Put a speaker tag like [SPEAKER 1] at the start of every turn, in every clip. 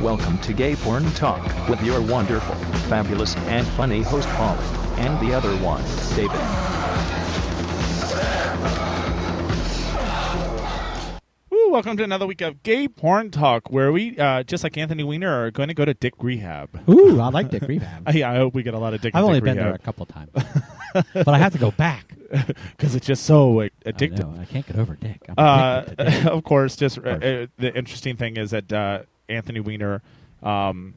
[SPEAKER 1] Welcome to Gay Porn Talk with your wonderful, fabulous, and funny host Paul and the other one, David.
[SPEAKER 2] Woo, welcome to another week of Gay Porn Talk, where we, uh, just like Anthony Weiner, are going to go to Dick Rehab.
[SPEAKER 3] Ooh, I like Dick Rehab.
[SPEAKER 2] I, I hope we get a lot of Dick.
[SPEAKER 3] I've
[SPEAKER 2] and
[SPEAKER 3] only
[SPEAKER 2] Dick
[SPEAKER 3] been there a couple times, but I have to go back. I
[SPEAKER 2] because it's just so like, addictive.
[SPEAKER 3] know, I, can't get over Dick. I'm
[SPEAKER 2] Uh,
[SPEAKER 3] addicted to Dick.
[SPEAKER 2] of course, just uh, uh, the interesting thing is that uh, Anthony Weiner um,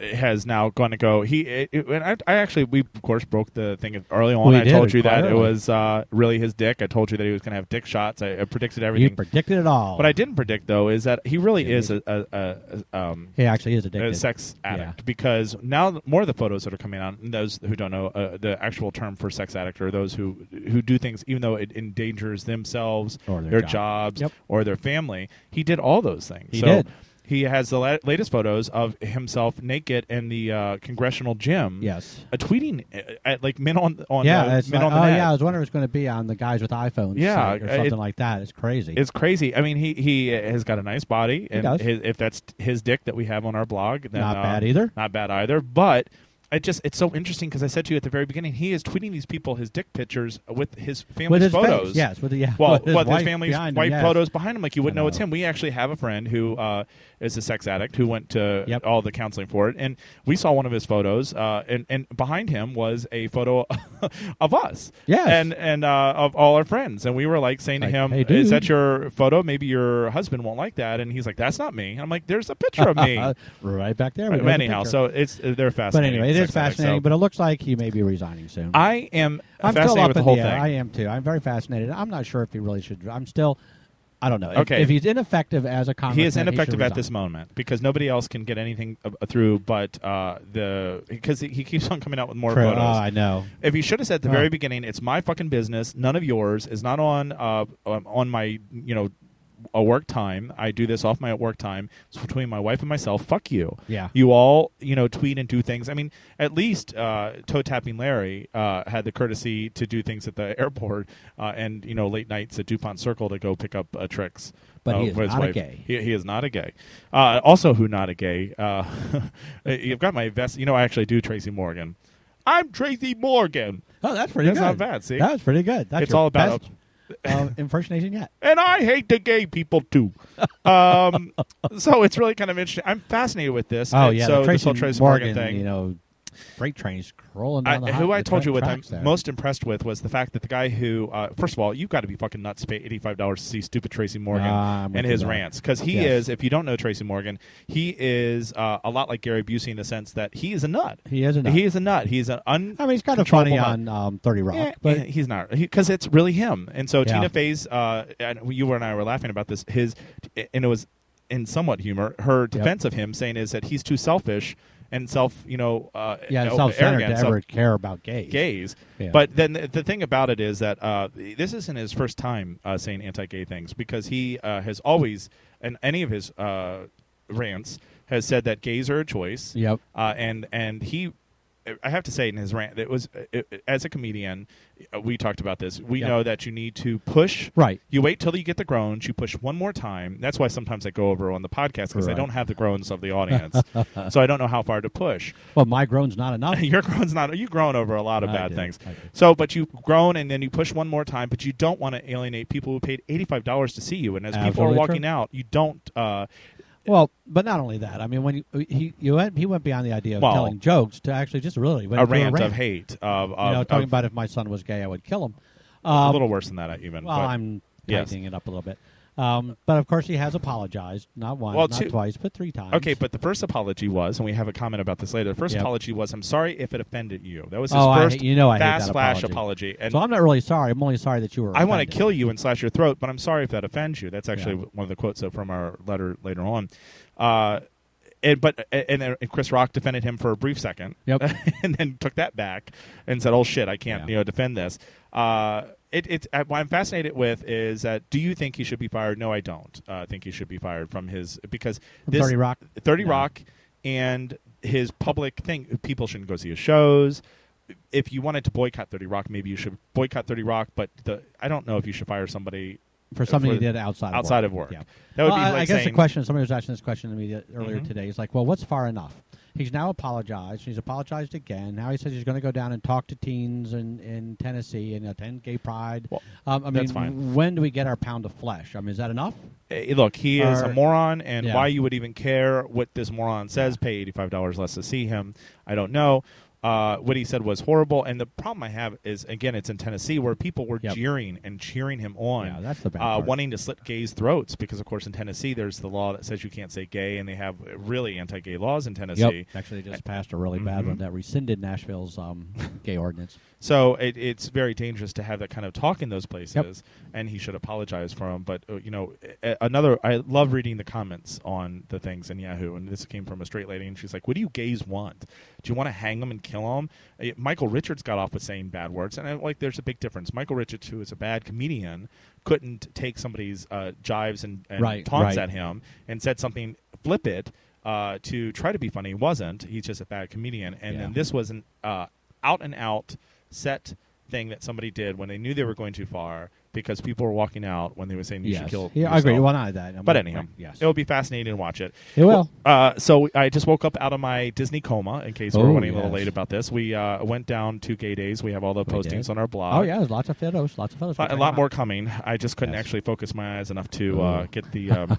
[SPEAKER 2] has now going to go. He it, it- and I, I actually we of course broke the thing early on.
[SPEAKER 3] We
[SPEAKER 2] I
[SPEAKER 3] did,
[SPEAKER 2] told you
[SPEAKER 3] quite
[SPEAKER 2] that it
[SPEAKER 3] early.
[SPEAKER 2] was uh, really his dick. I told you that he was going to have dick shots. I, I predicted
[SPEAKER 3] you
[SPEAKER 2] everything.
[SPEAKER 3] predicted it all.
[SPEAKER 2] what I didn't predict though is that he really
[SPEAKER 3] Yeah,
[SPEAKER 2] is
[SPEAKER 3] you
[SPEAKER 2] a, a, a, um,
[SPEAKER 3] He actually is
[SPEAKER 2] a
[SPEAKER 3] addicted.
[SPEAKER 2] sex addict
[SPEAKER 3] Yeah.
[SPEAKER 2] because now more of the photos that are coming out and those who don't know uh, the actual term for sex addict are those who who do things even though it endangers themselves
[SPEAKER 3] Or their job.
[SPEAKER 2] jobs
[SPEAKER 3] Yep.
[SPEAKER 2] or their family he did all those things
[SPEAKER 3] He
[SPEAKER 2] so
[SPEAKER 3] did.
[SPEAKER 2] he has the la- latest photos of himself naked in the uh, congressional gym
[SPEAKER 3] Yes.
[SPEAKER 2] uh, tweeting uh, at like men on on
[SPEAKER 3] Yeah,
[SPEAKER 2] uh,
[SPEAKER 3] it's
[SPEAKER 2] men
[SPEAKER 3] like,
[SPEAKER 2] on the
[SPEAKER 3] oh
[SPEAKER 2] net.
[SPEAKER 3] yeah. I was wondering if it's going to be on the guys with iPhones,
[SPEAKER 2] Yeah,
[SPEAKER 3] site or
[SPEAKER 2] uh, it-
[SPEAKER 3] something like that. It's crazy.
[SPEAKER 2] it's crazy. I mean, he he uh, has got a nice body, and
[SPEAKER 3] does.
[SPEAKER 2] his, if that's his dick that we have on our blog, then
[SPEAKER 3] Not
[SPEAKER 2] uh,
[SPEAKER 3] bad either.
[SPEAKER 2] Not bad either. But it just it's so interesting because I said to you at the very beginning, he is tweeting these people his dick pictures with his family's
[SPEAKER 3] with his
[SPEAKER 2] photos.
[SPEAKER 3] face, yes, with the, yeah,
[SPEAKER 2] Well,
[SPEAKER 3] with his,
[SPEAKER 2] well, his
[SPEAKER 3] wife
[SPEAKER 2] family's
[SPEAKER 3] behind him,
[SPEAKER 2] wife
[SPEAKER 3] yes.
[SPEAKER 2] photos behind him, like you wouldn't
[SPEAKER 3] I
[SPEAKER 2] know. it's
[SPEAKER 3] know.
[SPEAKER 2] him. We actually have a friend who uh, is a sex addict who went to
[SPEAKER 3] Yep.
[SPEAKER 2] all the counseling for it, and we saw one of his photos, uh, and and behind him was a photo of us,
[SPEAKER 3] Yes.
[SPEAKER 2] and and uh, of all our friends, and we were like saying
[SPEAKER 3] Like,
[SPEAKER 2] to him,
[SPEAKER 3] "Hey,
[SPEAKER 2] "Is that
[SPEAKER 3] dude."
[SPEAKER 2] your photo? Maybe your husband won't like that," and he's like, "That's not me." And I'm like, "There's a picture of me."
[SPEAKER 3] Uh, right back there. we got the
[SPEAKER 2] Anyhow,
[SPEAKER 3] picture.
[SPEAKER 2] so it's uh, they're
[SPEAKER 3] but
[SPEAKER 2] fascinating.
[SPEAKER 3] anyway, it is
[SPEAKER 2] sex addicts, so-
[SPEAKER 3] fascinating. But it looks like he may be resigning soon.
[SPEAKER 2] I am
[SPEAKER 3] I'm
[SPEAKER 2] fascinated
[SPEAKER 3] still up
[SPEAKER 2] with the
[SPEAKER 3] in
[SPEAKER 2] whole
[SPEAKER 3] air.
[SPEAKER 2] thing.
[SPEAKER 3] I am too. I'm very fascinated. I'm not sure if he really should. I'm still. I don't know. If-
[SPEAKER 2] Okay.
[SPEAKER 3] If, he's ineffective as a congressman,
[SPEAKER 2] he is
[SPEAKER 3] should
[SPEAKER 2] ineffective at
[SPEAKER 3] resign.
[SPEAKER 2] this moment because nobody else can get anything uh, through but uh, the because he- he keeps on coming out with more
[SPEAKER 3] True.
[SPEAKER 2] photos.
[SPEAKER 3] Oh, I know.
[SPEAKER 2] if he should have said at the
[SPEAKER 3] Oh.
[SPEAKER 2] very beginning, "It's my fucking business, none of yours," is not on uh, um, on my you know a work time. I do this off my work time. It's between my wife and myself. Fuck you.
[SPEAKER 3] Yeah.
[SPEAKER 2] You all you know tweet and do things. I mean, at least uh, toe tapping Larry uh, had the courtesy to do things at the airport uh, and you know late nights at Dupont Circle to go pick up uh, tricks.
[SPEAKER 3] But
[SPEAKER 2] uh,
[SPEAKER 3] he is
[SPEAKER 2] with his
[SPEAKER 3] not a
[SPEAKER 2] wife.
[SPEAKER 3] gay.
[SPEAKER 2] He, he is not a gay. Uh, also, who not a gay? Uh, you've got my vest. You know, I actually do Tracy Morgan. I'm Tracy Morgan,
[SPEAKER 3] Oh, that's pretty
[SPEAKER 2] That's
[SPEAKER 3] good.
[SPEAKER 2] not bad, see?
[SPEAKER 3] that's pretty good. That's
[SPEAKER 2] It's
[SPEAKER 3] your
[SPEAKER 2] all about-
[SPEAKER 3] best, um, in First Nation yet.
[SPEAKER 2] and I hate the gay people too. Um, so it's really kind of interesting. I'm fascinated with this.
[SPEAKER 3] Oh
[SPEAKER 2] And
[SPEAKER 3] yeah,
[SPEAKER 2] so
[SPEAKER 3] the
[SPEAKER 2] this
[SPEAKER 3] Tracy,
[SPEAKER 2] whole Tracy Morgan, thing.
[SPEAKER 3] You know, freight trains crawling
[SPEAKER 2] I,
[SPEAKER 3] down the hot-
[SPEAKER 2] who I
[SPEAKER 3] the
[SPEAKER 2] told you
[SPEAKER 3] tra-
[SPEAKER 2] what I'm
[SPEAKER 3] tracks there.
[SPEAKER 2] most impressed with was the fact that the guy who, uh, first of all, you've got to be fucking nuts to pay eighty five dollars to see stupid Tracy Morgan
[SPEAKER 3] Ah, I'm with
[SPEAKER 2] and
[SPEAKER 3] you
[SPEAKER 2] his
[SPEAKER 3] there.
[SPEAKER 2] rants because he
[SPEAKER 3] Yes.
[SPEAKER 2] is, if you don't know Tracy Morgan, he is uh, a lot like Gary Busey in the sense that he is a nut.
[SPEAKER 3] He is a nut.
[SPEAKER 2] He is a nut. He's an un.
[SPEAKER 3] I mean, he's kind of funny
[SPEAKER 2] controllable
[SPEAKER 3] on
[SPEAKER 2] nut.
[SPEAKER 3] um, Thirty Rock,
[SPEAKER 2] Yeah,
[SPEAKER 3] but
[SPEAKER 2] yeah, he's not because it's really him. And so
[SPEAKER 3] Yeah.
[SPEAKER 2] Tina Fey's, uh, and you and I were laughing about this. His, and it was in somewhat humor. Her defense of him saying is that he's too selfish and self, you know, uh,
[SPEAKER 3] yeah,
[SPEAKER 2] uh,
[SPEAKER 3] it's self-centered
[SPEAKER 2] arrogant,
[SPEAKER 3] to
[SPEAKER 2] self-
[SPEAKER 3] ever care about gays.
[SPEAKER 2] gays.
[SPEAKER 3] Yeah.
[SPEAKER 2] But then the, the thing about it is that uh, this isn't his first time uh, saying anti-gay things because he uh, has always, in any of his uh, rants, has said that gays are a choice.
[SPEAKER 3] Yep.
[SPEAKER 2] Uh, and and he, I have to say, in his rant, it was it, as a comedian, uh, we talked about this. We
[SPEAKER 3] Yep.
[SPEAKER 2] know that you need to push.
[SPEAKER 3] Right.
[SPEAKER 2] You wait till you get the groans. You push one more time. That's why sometimes I go over on the podcast because I
[SPEAKER 3] Right.
[SPEAKER 2] don't have the groans of the audience, so I don't know how far to push.
[SPEAKER 3] Well, my groan's not enough.
[SPEAKER 2] Your groan's not. You groan over a lot of
[SPEAKER 3] I
[SPEAKER 2] bad
[SPEAKER 3] did.
[SPEAKER 2] things.
[SPEAKER 3] I did.
[SPEAKER 2] So, but you groan and then you push one more time. But you don't want to alienate people who paid eighty five dollars to see you. And as people are
[SPEAKER 3] Absolutely
[SPEAKER 2] walking
[SPEAKER 3] true.
[SPEAKER 2] out, you don't. Uh,
[SPEAKER 3] Well, but not only that. I mean, when you, uh, he you went, he went beyond the idea of
[SPEAKER 2] Well,
[SPEAKER 3] telling jokes to actually just really went
[SPEAKER 2] a
[SPEAKER 3] through
[SPEAKER 2] rant
[SPEAKER 3] a
[SPEAKER 2] of hate. Of, of,
[SPEAKER 3] You know, talking
[SPEAKER 2] of-
[SPEAKER 3] about if my son was gay, I would kill him.
[SPEAKER 2] a
[SPEAKER 3] Um,
[SPEAKER 2] little worse than that even.
[SPEAKER 3] well,
[SPEAKER 2] but-
[SPEAKER 3] I'm
[SPEAKER 2] Yes.
[SPEAKER 3] tightening it up a little bit. Um, but of course, he has apologized not once,
[SPEAKER 2] Well,
[SPEAKER 3] not
[SPEAKER 2] two-
[SPEAKER 3] twice, but three times.
[SPEAKER 2] okay. But the first apology was, and we have a comment about this later. The first
[SPEAKER 3] Yep.
[SPEAKER 2] apology was, "I'm sorry if it offended you." That was his
[SPEAKER 3] Oh, I
[SPEAKER 2] first.
[SPEAKER 3] hate- you know I hate
[SPEAKER 2] fast
[SPEAKER 3] that
[SPEAKER 2] flash apology.
[SPEAKER 3] apology.
[SPEAKER 2] And
[SPEAKER 3] so I'm not really sorry. I'm only sorry that you were.
[SPEAKER 2] I want to
[SPEAKER 3] offended.
[SPEAKER 2] kill you and slash your throat, but I'm sorry if that offends you. That's actually
[SPEAKER 3] Yeah.
[SPEAKER 2] one of the quotes uh, from our letter later on. Uh, and, but and, and Chris Rock defended him for a brief second,
[SPEAKER 3] Yep.
[SPEAKER 2] and then took that back and said, "Oh shit, I can't
[SPEAKER 3] Yeah.
[SPEAKER 2] you know defend this." Uh, it, it, uh, what I'm fascinated with is that do you think he should be fired? No, I don't. Uh, I think he should be fired from his because this
[SPEAKER 3] 30 Rock?
[SPEAKER 2] 30
[SPEAKER 3] No.
[SPEAKER 2] Rock, and his public thing. People shouldn't go see his shows if you wanted to boycott 30 Rock, maybe you should boycott 30 Rock, but the I don't know if you should fire somebody
[SPEAKER 3] for something
[SPEAKER 2] for-
[SPEAKER 3] he did outside
[SPEAKER 2] outside
[SPEAKER 3] of
[SPEAKER 2] of
[SPEAKER 3] work.
[SPEAKER 2] work.
[SPEAKER 3] Yeah.
[SPEAKER 2] That would
[SPEAKER 3] Well,
[SPEAKER 2] be
[SPEAKER 3] I, I
[SPEAKER 2] like
[SPEAKER 3] guess the
[SPEAKER 2] saying-
[SPEAKER 3] question. Somebody was asking this question to me the- earlier
[SPEAKER 2] Mhm.
[SPEAKER 3] today. He's like, "Well, what's far enough?" He's now apologized. He's apologized again. Now he says he's going to go down and talk to teens in, in Tennessee and attend Gay Pride.
[SPEAKER 2] Well,
[SPEAKER 3] um, I mean,
[SPEAKER 2] that's fine.
[SPEAKER 3] when do we get our pound of flesh? I mean, is that enough?
[SPEAKER 2] Eh, look, he is
[SPEAKER 3] Or-
[SPEAKER 2] a moron, and
[SPEAKER 3] Yeah.
[SPEAKER 2] why you would even care what this moron says, pay eighty-five dollars less to see him, I don't know. Uh, what he said was horrible, and the problem I have is again, it's in Tennessee where people were
[SPEAKER 3] Yep.
[SPEAKER 2] jeering and cheering him on,
[SPEAKER 3] Yeah, that's the bad
[SPEAKER 2] uh,
[SPEAKER 3] part.
[SPEAKER 2] wanting to slit gays' throats because, of course, in Tennessee there's the law that says you can't say gay, and they have really anti-gay laws in Tennessee.
[SPEAKER 3] Actually, they just
[SPEAKER 2] Uh,
[SPEAKER 3] passed a really bad
[SPEAKER 2] mm-hmm.
[SPEAKER 3] one that rescinded Nashville's um, gay ordinance.
[SPEAKER 2] So it, it's very dangerous to have that kind of talk in those places, and he should apologize for him. But uh, you know, a- another I love reading the comments on the things in Yahoo, and this came from a straight lady, and she's like, "What do you gays want? Do you want to hang them and kill them?" Michael Richards got off with saying bad words, and I, like, there's a big difference. Michael Richards, who is a bad comedian, couldn't take somebody's uh, jives and, and
[SPEAKER 3] Right,
[SPEAKER 2] taunts
[SPEAKER 3] right.
[SPEAKER 2] at him, and said something flippant uh, to try to be funny. He wasn't. He's just a bad comedian, and
[SPEAKER 3] Yeah.
[SPEAKER 2] then this was an uh, out and out set thing that somebody did when they knew they were going too far because people were walking out when they were saying you should
[SPEAKER 3] yes,
[SPEAKER 2] kill.
[SPEAKER 3] yeah, I agree.
[SPEAKER 2] yourself.
[SPEAKER 3] Well, not that. I'm
[SPEAKER 2] But
[SPEAKER 3] like,
[SPEAKER 2] anyhow,
[SPEAKER 3] yes,
[SPEAKER 2] it will be fascinating to watch it.
[SPEAKER 3] It will.
[SPEAKER 2] Uh, so I just woke up out of my Disney coma. In case
[SPEAKER 3] Oh,
[SPEAKER 2] we're running a little
[SPEAKER 3] yes.
[SPEAKER 2] late about this, we uh, went down to Gay Days. We have all the
[SPEAKER 3] We
[SPEAKER 2] postings
[SPEAKER 3] did.
[SPEAKER 2] on our blog.
[SPEAKER 3] Oh yeah, there's lots of photos, lots of photos.
[SPEAKER 2] A- a lot more coming. I just couldn't
[SPEAKER 3] Yes.
[SPEAKER 2] actually focus my eyes enough to uh,
[SPEAKER 3] Ooh.
[SPEAKER 2] get the um,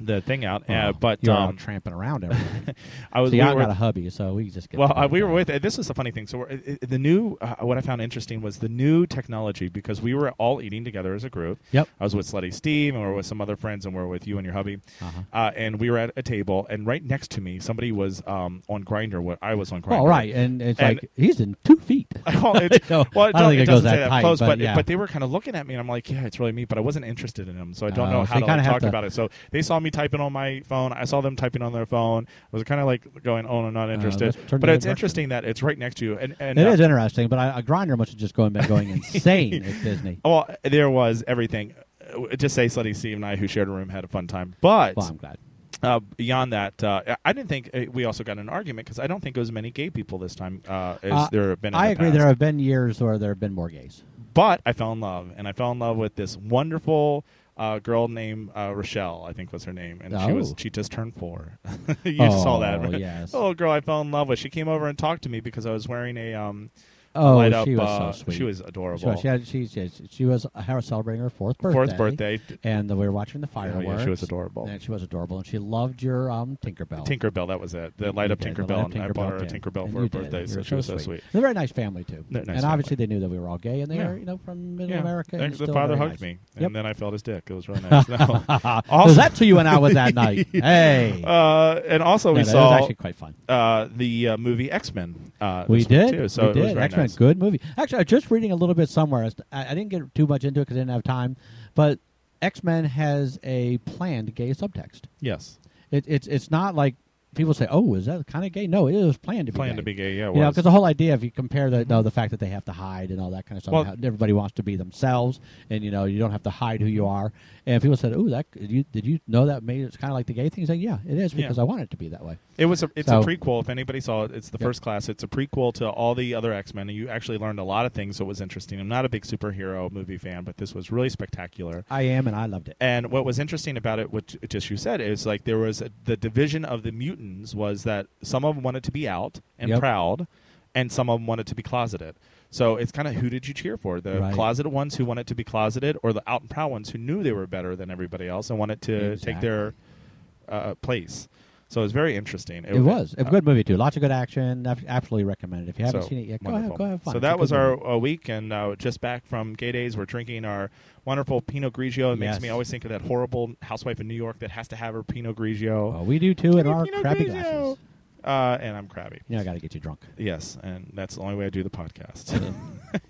[SPEAKER 2] the thing out. Uh, but
[SPEAKER 3] Oh, you're out
[SPEAKER 2] um,
[SPEAKER 3] tramping around. Everywhere.
[SPEAKER 2] I was.
[SPEAKER 3] See,
[SPEAKER 2] we
[SPEAKER 3] I
[SPEAKER 2] were-
[SPEAKER 3] got a hubby, so we just get
[SPEAKER 2] well,
[SPEAKER 3] the
[SPEAKER 2] uh,
[SPEAKER 3] fuck
[SPEAKER 2] we were
[SPEAKER 3] done.
[SPEAKER 2] with. uh, This was the funny thing. So we're, uh, uh, the new, uh, what I found interesting was the new technology because we were all eating together as a group.
[SPEAKER 3] Yep.
[SPEAKER 2] I was with Slutty Steve, and we were with some other friends, and we were with you and your hubby.
[SPEAKER 3] Uh-huh.
[SPEAKER 2] Uh, and we were at a table, and right next to me, somebody was um, on Grinder. What I was on Grinder.
[SPEAKER 3] Well, right, and it's
[SPEAKER 2] And- Oh,
[SPEAKER 3] like he's in two feet.
[SPEAKER 2] well, it,
[SPEAKER 3] No,
[SPEAKER 2] well, it
[SPEAKER 3] I don't
[SPEAKER 2] don't-
[SPEAKER 3] think
[SPEAKER 2] it
[SPEAKER 3] it goes
[SPEAKER 2] doesn't say
[SPEAKER 3] that
[SPEAKER 2] that
[SPEAKER 3] tight,
[SPEAKER 2] close,
[SPEAKER 3] but
[SPEAKER 2] but
[SPEAKER 3] yeah.
[SPEAKER 2] they were kind of looking at me, and I'm like, yeah, it's really me, but I wasn't interested in him, so I don't
[SPEAKER 3] Oh,
[SPEAKER 2] know
[SPEAKER 3] so
[SPEAKER 2] how
[SPEAKER 3] you
[SPEAKER 2] to like,
[SPEAKER 3] kinda have
[SPEAKER 2] talk
[SPEAKER 3] to-
[SPEAKER 2] about it. So they saw me typing on my phone, I saw them typing on their phone. I was kind of like going, oh, I'm not interested.
[SPEAKER 3] let's turn
[SPEAKER 2] but
[SPEAKER 3] the other
[SPEAKER 2] it's
[SPEAKER 3] direction.
[SPEAKER 2] interesting that it's right next to you, and, and
[SPEAKER 3] It
[SPEAKER 2] uh,
[SPEAKER 3] is interesting, but I, a grinder must have just going been going insane at Disney.
[SPEAKER 2] well, there was everything. Uh, Just say Slutty Steve and I, who shared a room, had a fun time, but.
[SPEAKER 3] Well, I'm glad.
[SPEAKER 2] Uh, beyond that, uh, I- I didn't think uh, we also got in an argument because I don't think it was many gay people this time uh, as
[SPEAKER 3] Uh,
[SPEAKER 2] there have been. In
[SPEAKER 3] I
[SPEAKER 2] the
[SPEAKER 3] agree.
[SPEAKER 2] past.
[SPEAKER 3] There have been years where there have been more gays.
[SPEAKER 2] but I fell in love, and I fell in love with this wonderful uh, girl named uh, Rochelle, I think was her name, and she was
[SPEAKER 3] Oh.
[SPEAKER 2] she just turned four. you saw that,
[SPEAKER 3] Oh,
[SPEAKER 2] right?
[SPEAKER 3] yes.
[SPEAKER 2] The little girl I fell in love with. She came over and talked to me because I was wearing a um,
[SPEAKER 3] Oh,
[SPEAKER 2] light up.
[SPEAKER 3] she was
[SPEAKER 2] uh,
[SPEAKER 3] so sweet.
[SPEAKER 2] She was
[SPEAKER 3] She was-
[SPEAKER 2] adorable.
[SPEAKER 3] She, had, she, she, she was uh, celebrating her fourth birthday.
[SPEAKER 2] Fourth birthday.
[SPEAKER 3] and we were watching the fireworks.
[SPEAKER 2] yeah, she was adorable.
[SPEAKER 3] And she was adorable, and she loved your um, Tinkerbell.
[SPEAKER 2] Tinkerbell, that was it. The light up
[SPEAKER 3] Okay, the
[SPEAKER 2] Tinkerbell,
[SPEAKER 3] light up
[SPEAKER 2] and I bought her a
[SPEAKER 3] tin.
[SPEAKER 2] Tinkerbell
[SPEAKER 3] And
[SPEAKER 2] for
[SPEAKER 3] you
[SPEAKER 2] her
[SPEAKER 3] did.
[SPEAKER 2] birthday,
[SPEAKER 3] You
[SPEAKER 2] so
[SPEAKER 3] were
[SPEAKER 2] she was so sweet.
[SPEAKER 3] They're a very nice family too,
[SPEAKER 2] They're a nice
[SPEAKER 3] and obviously
[SPEAKER 2] family.
[SPEAKER 3] they knew that we were all gay, and they
[SPEAKER 2] Yeah.
[SPEAKER 3] were you know from Middle
[SPEAKER 2] Yeah.
[SPEAKER 3] America. and
[SPEAKER 2] Thanks, the
[SPEAKER 3] still
[SPEAKER 2] father
[SPEAKER 3] very
[SPEAKER 2] hugged
[SPEAKER 3] nice.
[SPEAKER 2] me,
[SPEAKER 3] Yep.
[SPEAKER 2] and uh, then I felt his dick. It was really nice. No.
[SPEAKER 3] so that's who you went out with that night. Hey,
[SPEAKER 2] uh, and also
[SPEAKER 3] No,
[SPEAKER 2] we
[SPEAKER 3] that
[SPEAKER 2] saw
[SPEAKER 3] was actually quite fun.
[SPEAKER 2] uh, the uh, movie X Men. Uh,
[SPEAKER 3] We
[SPEAKER 2] this week,
[SPEAKER 3] did.
[SPEAKER 2] too, so
[SPEAKER 3] we
[SPEAKER 2] it was
[SPEAKER 3] did.
[SPEAKER 2] very
[SPEAKER 3] X Men,
[SPEAKER 2] nice.
[SPEAKER 3] good movie. Actually, I was just reading a little bit somewhere. I, I didn't get too much into it because I didn't have time. But X Men has a planned gay subtext.
[SPEAKER 2] Yes,
[SPEAKER 3] It, it's it's not like people say, "Oh, is that kind of gay?" No, it was planned to be
[SPEAKER 2] planned
[SPEAKER 3] gay.
[SPEAKER 2] to be gay. Yeah, it
[SPEAKER 3] You know,
[SPEAKER 2] was.
[SPEAKER 3] because the whole idea, if you compare the no, the fact that they have to hide and all that kind of stuff,
[SPEAKER 2] Well-
[SPEAKER 3] how everybody wants to be themselves, and you know, you don't have to hide who you are. And people said, "Oh, that you, did you know that made it's kind of like the gay thing?" He's like, "Yeah, it is
[SPEAKER 2] Yeah.
[SPEAKER 3] because I want it to be that way."
[SPEAKER 2] It was a, it's
[SPEAKER 3] So-
[SPEAKER 2] a prequel. If anybody saw it, it's the
[SPEAKER 3] Yep.
[SPEAKER 2] first class. It's a prequel to all the other X Men, and you actually learned a lot of things. That was interesting. I'm not a big superhero movie fan, but this was really spectacular.
[SPEAKER 3] I am, and I loved it.
[SPEAKER 2] And what was interesting about it, what just you said, is like there was a, the division of the mutants was that some of them wanted to be out and
[SPEAKER 3] Yep.
[SPEAKER 2] proud, and some of them wanted to be closeted. So it's kind of who did you cheer for? The
[SPEAKER 3] Right.
[SPEAKER 2] closeted ones who wanted to be closeted, or the out and proud ones who knew they were better than everybody else and wanted to take their uh, place. So it was very interesting.
[SPEAKER 3] It, was a good movie too. Lots of good action. Ab- Absolutely recommend it. If you haven't
[SPEAKER 2] So,
[SPEAKER 3] seen it yet, go
[SPEAKER 2] wonderful.
[SPEAKER 3] ahead. Go ahead. Fun.
[SPEAKER 2] So
[SPEAKER 3] It's a
[SPEAKER 2] that
[SPEAKER 3] good
[SPEAKER 2] was
[SPEAKER 3] movie.
[SPEAKER 2] our uh, week, and uh, just back from Gay Days, we're drinking our wonderful Pinot Grigio. It
[SPEAKER 3] Yes.
[SPEAKER 2] makes me always think of that horrible housewife in New York that has to have her Pinot Grigio.
[SPEAKER 3] Well, we do too in
[SPEAKER 2] Give me
[SPEAKER 3] Oh, our
[SPEAKER 2] Pinot
[SPEAKER 3] crappy
[SPEAKER 2] Grigio.
[SPEAKER 3] glasses.
[SPEAKER 2] Uh, and I'm crabby.
[SPEAKER 3] You know, I got to get you drunk.
[SPEAKER 2] Yes, and that's the only way I do the podcast.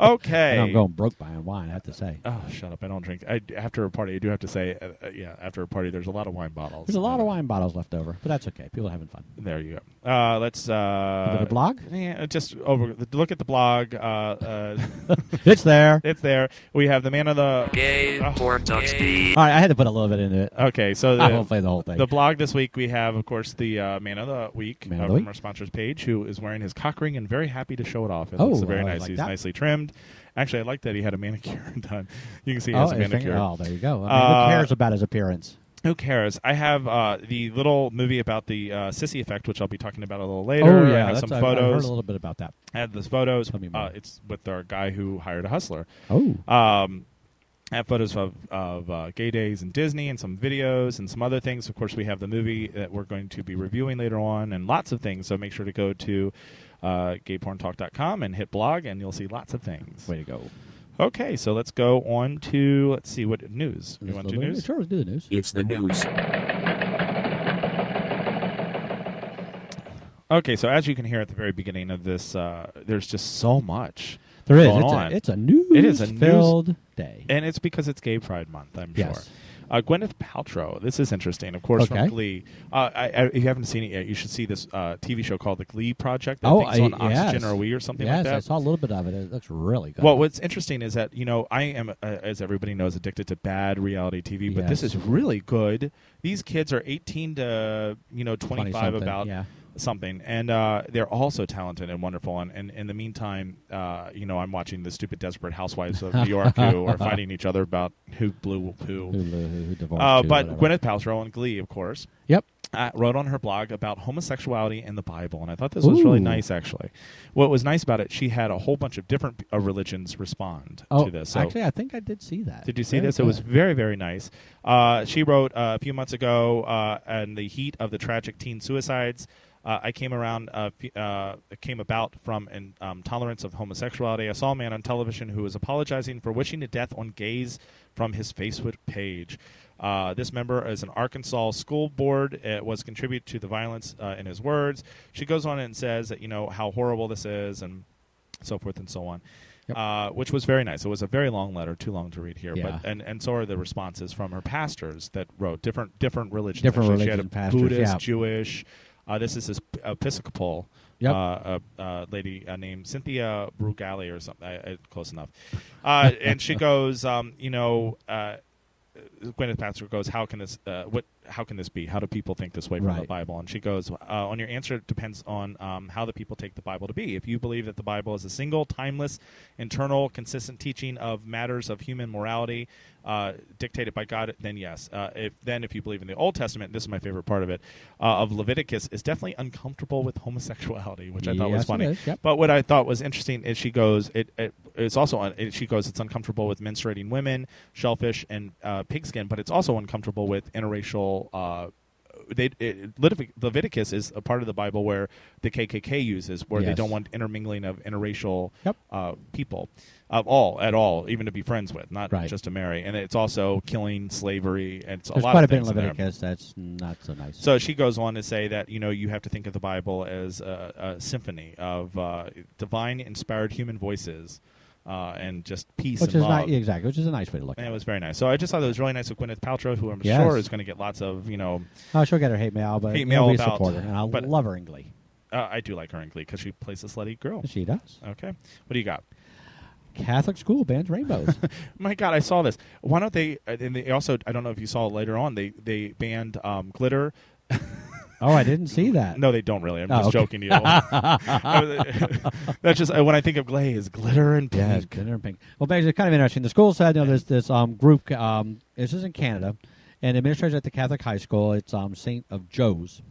[SPEAKER 2] okay.
[SPEAKER 3] And I'm going broke buying wine. I have to say,
[SPEAKER 2] Oh, shut up! I don't drink. I, after a party, I do have to say, uh, uh, yeah. After a party, there's a lot of wine bottles.
[SPEAKER 3] there's a lot
[SPEAKER 2] Uh,
[SPEAKER 3] of wine bottles left over, but that's okay. People are having fun.
[SPEAKER 2] There you go. Uh, let's uh,
[SPEAKER 3] bit of blog?
[SPEAKER 2] Yeah, just over. Look at the blog. Uh, uh,
[SPEAKER 3] It's there.
[SPEAKER 2] it's there. We have the man of the
[SPEAKER 4] Gay
[SPEAKER 2] Oh.
[SPEAKER 4] Portuxy.
[SPEAKER 3] All right, I had to put a little bit into it.
[SPEAKER 2] Okay, so
[SPEAKER 3] I won't
[SPEAKER 2] the,
[SPEAKER 3] play the whole thing.
[SPEAKER 2] Uh, the blog this week we have, of course, the uh, man of the week
[SPEAKER 3] Man
[SPEAKER 2] uh,
[SPEAKER 3] of the
[SPEAKER 2] from
[SPEAKER 3] week.
[SPEAKER 2] our sponsors page, who is wearing his cock ring and very happy to show it off. It
[SPEAKER 3] Oh,
[SPEAKER 2] looks very
[SPEAKER 3] I
[SPEAKER 2] nice.
[SPEAKER 3] like
[SPEAKER 2] He's
[SPEAKER 3] that.
[SPEAKER 2] nicely trimmed, Actually, I like that he had a manicure done. You can see he
[SPEAKER 3] Oh,
[SPEAKER 2] has a
[SPEAKER 3] his
[SPEAKER 2] manicure.
[SPEAKER 3] finger- oh, there you go. I mean,
[SPEAKER 2] Uh,
[SPEAKER 3] who cares about his appearance?
[SPEAKER 2] Who cares? I have uh, the little movie about the uh, sissy effect, which I'll be talking about a little later.
[SPEAKER 3] oh
[SPEAKER 2] I
[SPEAKER 3] yeah,
[SPEAKER 2] have
[SPEAKER 3] that's-
[SPEAKER 2] some
[SPEAKER 3] I- I heard a
[SPEAKER 2] photos.
[SPEAKER 3] little bit about that.
[SPEAKER 2] I have those photos.
[SPEAKER 3] Tell me more.
[SPEAKER 2] Uh, it's with our guy who hired a hustler.
[SPEAKER 3] Oh,
[SPEAKER 2] Um, I have photos of, of uh, gay days in Disney and some videos and some other things. Of course, we have the movie that we're going to be reviewing later on and lots of things. So make sure to go to uh, gayporntalk.com and hit blog, and you'll see lots of things.
[SPEAKER 3] way to go.
[SPEAKER 2] Okay, so let's go on to let's see what news. You want to do news?
[SPEAKER 3] Sure, let's do the news.
[SPEAKER 4] It's the news.
[SPEAKER 2] Okay, so as you can hear at the very beginning of this, uh, there's just so much.
[SPEAKER 3] There is.
[SPEAKER 2] going
[SPEAKER 3] It's
[SPEAKER 2] on.
[SPEAKER 3] a, it's a news.
[SPEAKER 2] It is a news-
[SPEAKER 3] filled day.
[SPEAKER 2] and it's because it's Gay Pride Month, I'm
[SPEAKER 3] Yes.
[SPEAKER 2] sure. Uh, Gwyneth Paltrow. This is interesting, of course,
[SPEAKER 3] Okay.
[SPEAKER 2] from Glee. Uh, I, I, if you haven't seen it yet, you should see this uh, TV show called The Glee Project. That I
[SPEAKER 3] oh,
[SPEAKER 2] think it's on
[SPEAKER 3] I- yes.
[SPEAKER 2] Oxygen or We or something
[SPEAKER 3] yes,
[SPEAKER 2] like that.
[SPEAKER 3] I saw a little bit of it. It looks really good.
[SPEAKER 2] Well, what's interesting is that you know I am, uh, as everybody knows, addicted to bad reality TV. But this
[SPEAKER 3] Yes.
[SPEAKER 2] is really good. These kids are eighteen to you know twenty five
[SPEAKER 3] 20-something,
[SPEAKER 2] about
[SPEAKER 3] yeah.
[SPEAKER 2] something, and uh, they're also talented and wonderful. And, and in the meantime, uh, you know I'm watching the stupid Desperate Housewives of New York who are fighting each other about who blew
[SPEAKER 3] who,
[SPEAKER 2] who.
[SPEAKER 3] who, who divorced
[SPEAKER 2] Uh,
[SPEAKER 3] you,
[SPEAKER 2] but
[SPEAKER 3] whatever.
[SPEAKER 2] Gwyneth Paltrow on Glee, of course
[SPEAKER 3] Yep.
[SPEAKER 2] uh, wrote on her blog about homosexuality and the Bible, and I thought this was really
[SPEAKER 3] Ooh.
[SPEAKER 2] nice. Actually, what was nice about it, she had a whole bunch of different uh, religions respond
[SPEAKER 3] Oh,
[SPEAKER 2] to this. So-
[SPEAKER 3] actually, I think I did see that.
[SPEAKER 2] did you see
[SPEAKER 3] Very
[SPEAKER 2] this? It was
[SPEAKER 3] good.
[SPEAKER 2] very, very nice. Uh, she wrote uh, a few months ago, uh, in the heat of the tragic teen suicides, uh, I came around, uh, f- uh, came about from an um, tolerance of homosexuality. I saw a man on television who was apologizing for wishing to death on gays from his Facebook page. Uh, this member is an Arkansas school board. It was contributed to the violence uh, in his words. She goes on and says that you know how horrible this is and so forth and so on,
[SPEAKER 3] Yep.
[SPEAKER 2] uh, which was very nice. It was a very long letter, too long to read here,
[SPEAKER 3] Yeah.
[SPEAKER 2] but and, and so are the responses from her pastors that wrote different different religions.
[SPEAKER 3] Different
[SPEAKER 2] actually. she had a
[SPEAKER 3] religion pastors,
[SPEAKER 2] Buddhist,
[SPEAKER 3] yeah.
[SPEAKER 2] Jewish. Uh, this is this Episcopal
[SPEAKER 3] Yep.
[SPEAKER 2] uh, uh, uh, lady uh, named Cynthia Brugali or something. I, I, close enough. Uh, and she goes, um, you know. Uh, Gwyneth Paltrow goes, "How can this? Uh, what? How can this be? How do people think this way from the
[SPEAKER 3] Right.
[SPEAKER 2] Bible?" And she goes, uh, "On your answer it depends on um, how the people take the Bible to be. If you believe that the Bible is a single, timeless, internal, consistent teaching of matters of human morality, uh, dictated by God, then yes. Uh, if then, if you believe in the Old Testament, this is my favorite part of it, uh, of Leviticus is definitely uncomfortable with homosexuality, which I thought was
[SPEAKER 3] Yes, it
[SPEAKER 2] funny.
[SPEAKER 3] is. Yep.
[SPEAKER 2] But what I thought was interesting is she goes, it, it it's also un, it, she goes, it's uncomfortable with menstruating women, shellfish, and uh, pigskin, but it's also uncomfortable with interracial. Uh, they, it, Levit- Leviticus is a part of the Bible where the KKK uses, where they
[SPEAKER 3] Yes.
[SPEAKER 2] don't want intermingling of interracial
[SPEAKER 3] Yep.
[SPEAKER 2] uh, people of all at all, even to be friends with, not
[SPEAKER 3] Right.
[SPEAKER 2] just to marry. And it's also killing slavery. And it's
[SPEAKER 3] There's
[SPEAKER 2] a lot
[SPEAKER 3] quite
[SPEAKER 2] of
[SPEAKER 3] a bit in
[SPEAKER 2] things in there.
[SPEAKER 3] Leviticus that's not so nice.
[SPEAKER 2] So she goes on to say that you know you have to think of the Bible as a, a symphony of uh, divine inspired human voices, uh, and just peace
[SPEAKER 3] which
[SPEAKER 2] and
[SPEAKER 3] is
[SPEAKER 2] love.
[SPEAKER 3] not exactly, which is a nice way to look
[SPEAKER 2] and
[SPEAKER 3] at
[SPEAKER 2] it
[SPEAKER 3] it.
[SPEAKER 2] was very nice. So I just thought it was really nice of Gwyneth Paltrow, who I'm
[SPEAKER 3] Yes.
[SPEAKER 2] sure is going to get lots of you know.
[SPEAKER 3] Oh, she'll get her hate mail, but
[SPEAKER 2] Hate
[SPEAKER 3] we'll
[SPEAKER 2] mail
[SPEAKER 3] be a
[SPEAKER 2] about-
[SPEAKER 3] supporter, and I
[SPEAKER 2] but-
[SPEAKER 3] love her in Glee.
[SPEAKER 2] Uh, I do like her in Glee because she plays a slutty girl.
[SPEAKER 3] She does.
[SPEAKER 2] Okay, what do you got?
[SPEAKER 3] Catholic school bans rainbows.
[SPEAKER 2] My God, I saw this. Why don't they? uh, And they also, I don't know if you saw later on, they they banned um, glitter.
[SPEAKER 3] oh, I didn't see that.
[SPEAKER 2] No, they don't really. I'm
[SPEAKER 3] Oh,
[SPEAKER 2] just
[SPEAKER 3] okay.
[SPEAKER 2] joking, you. That's just uh, when I think of Glay is glitter and
[SPEAKER 3] Yeah,
[SPEAKER 2] pink.
[SPEAKER 3] it's good and pink. Well, basically, it's kind of interesting. The school said, you know, there's this um, group. Um, this is in Canada, and administrators at the Catholic high school. It's um, Saint of Joe's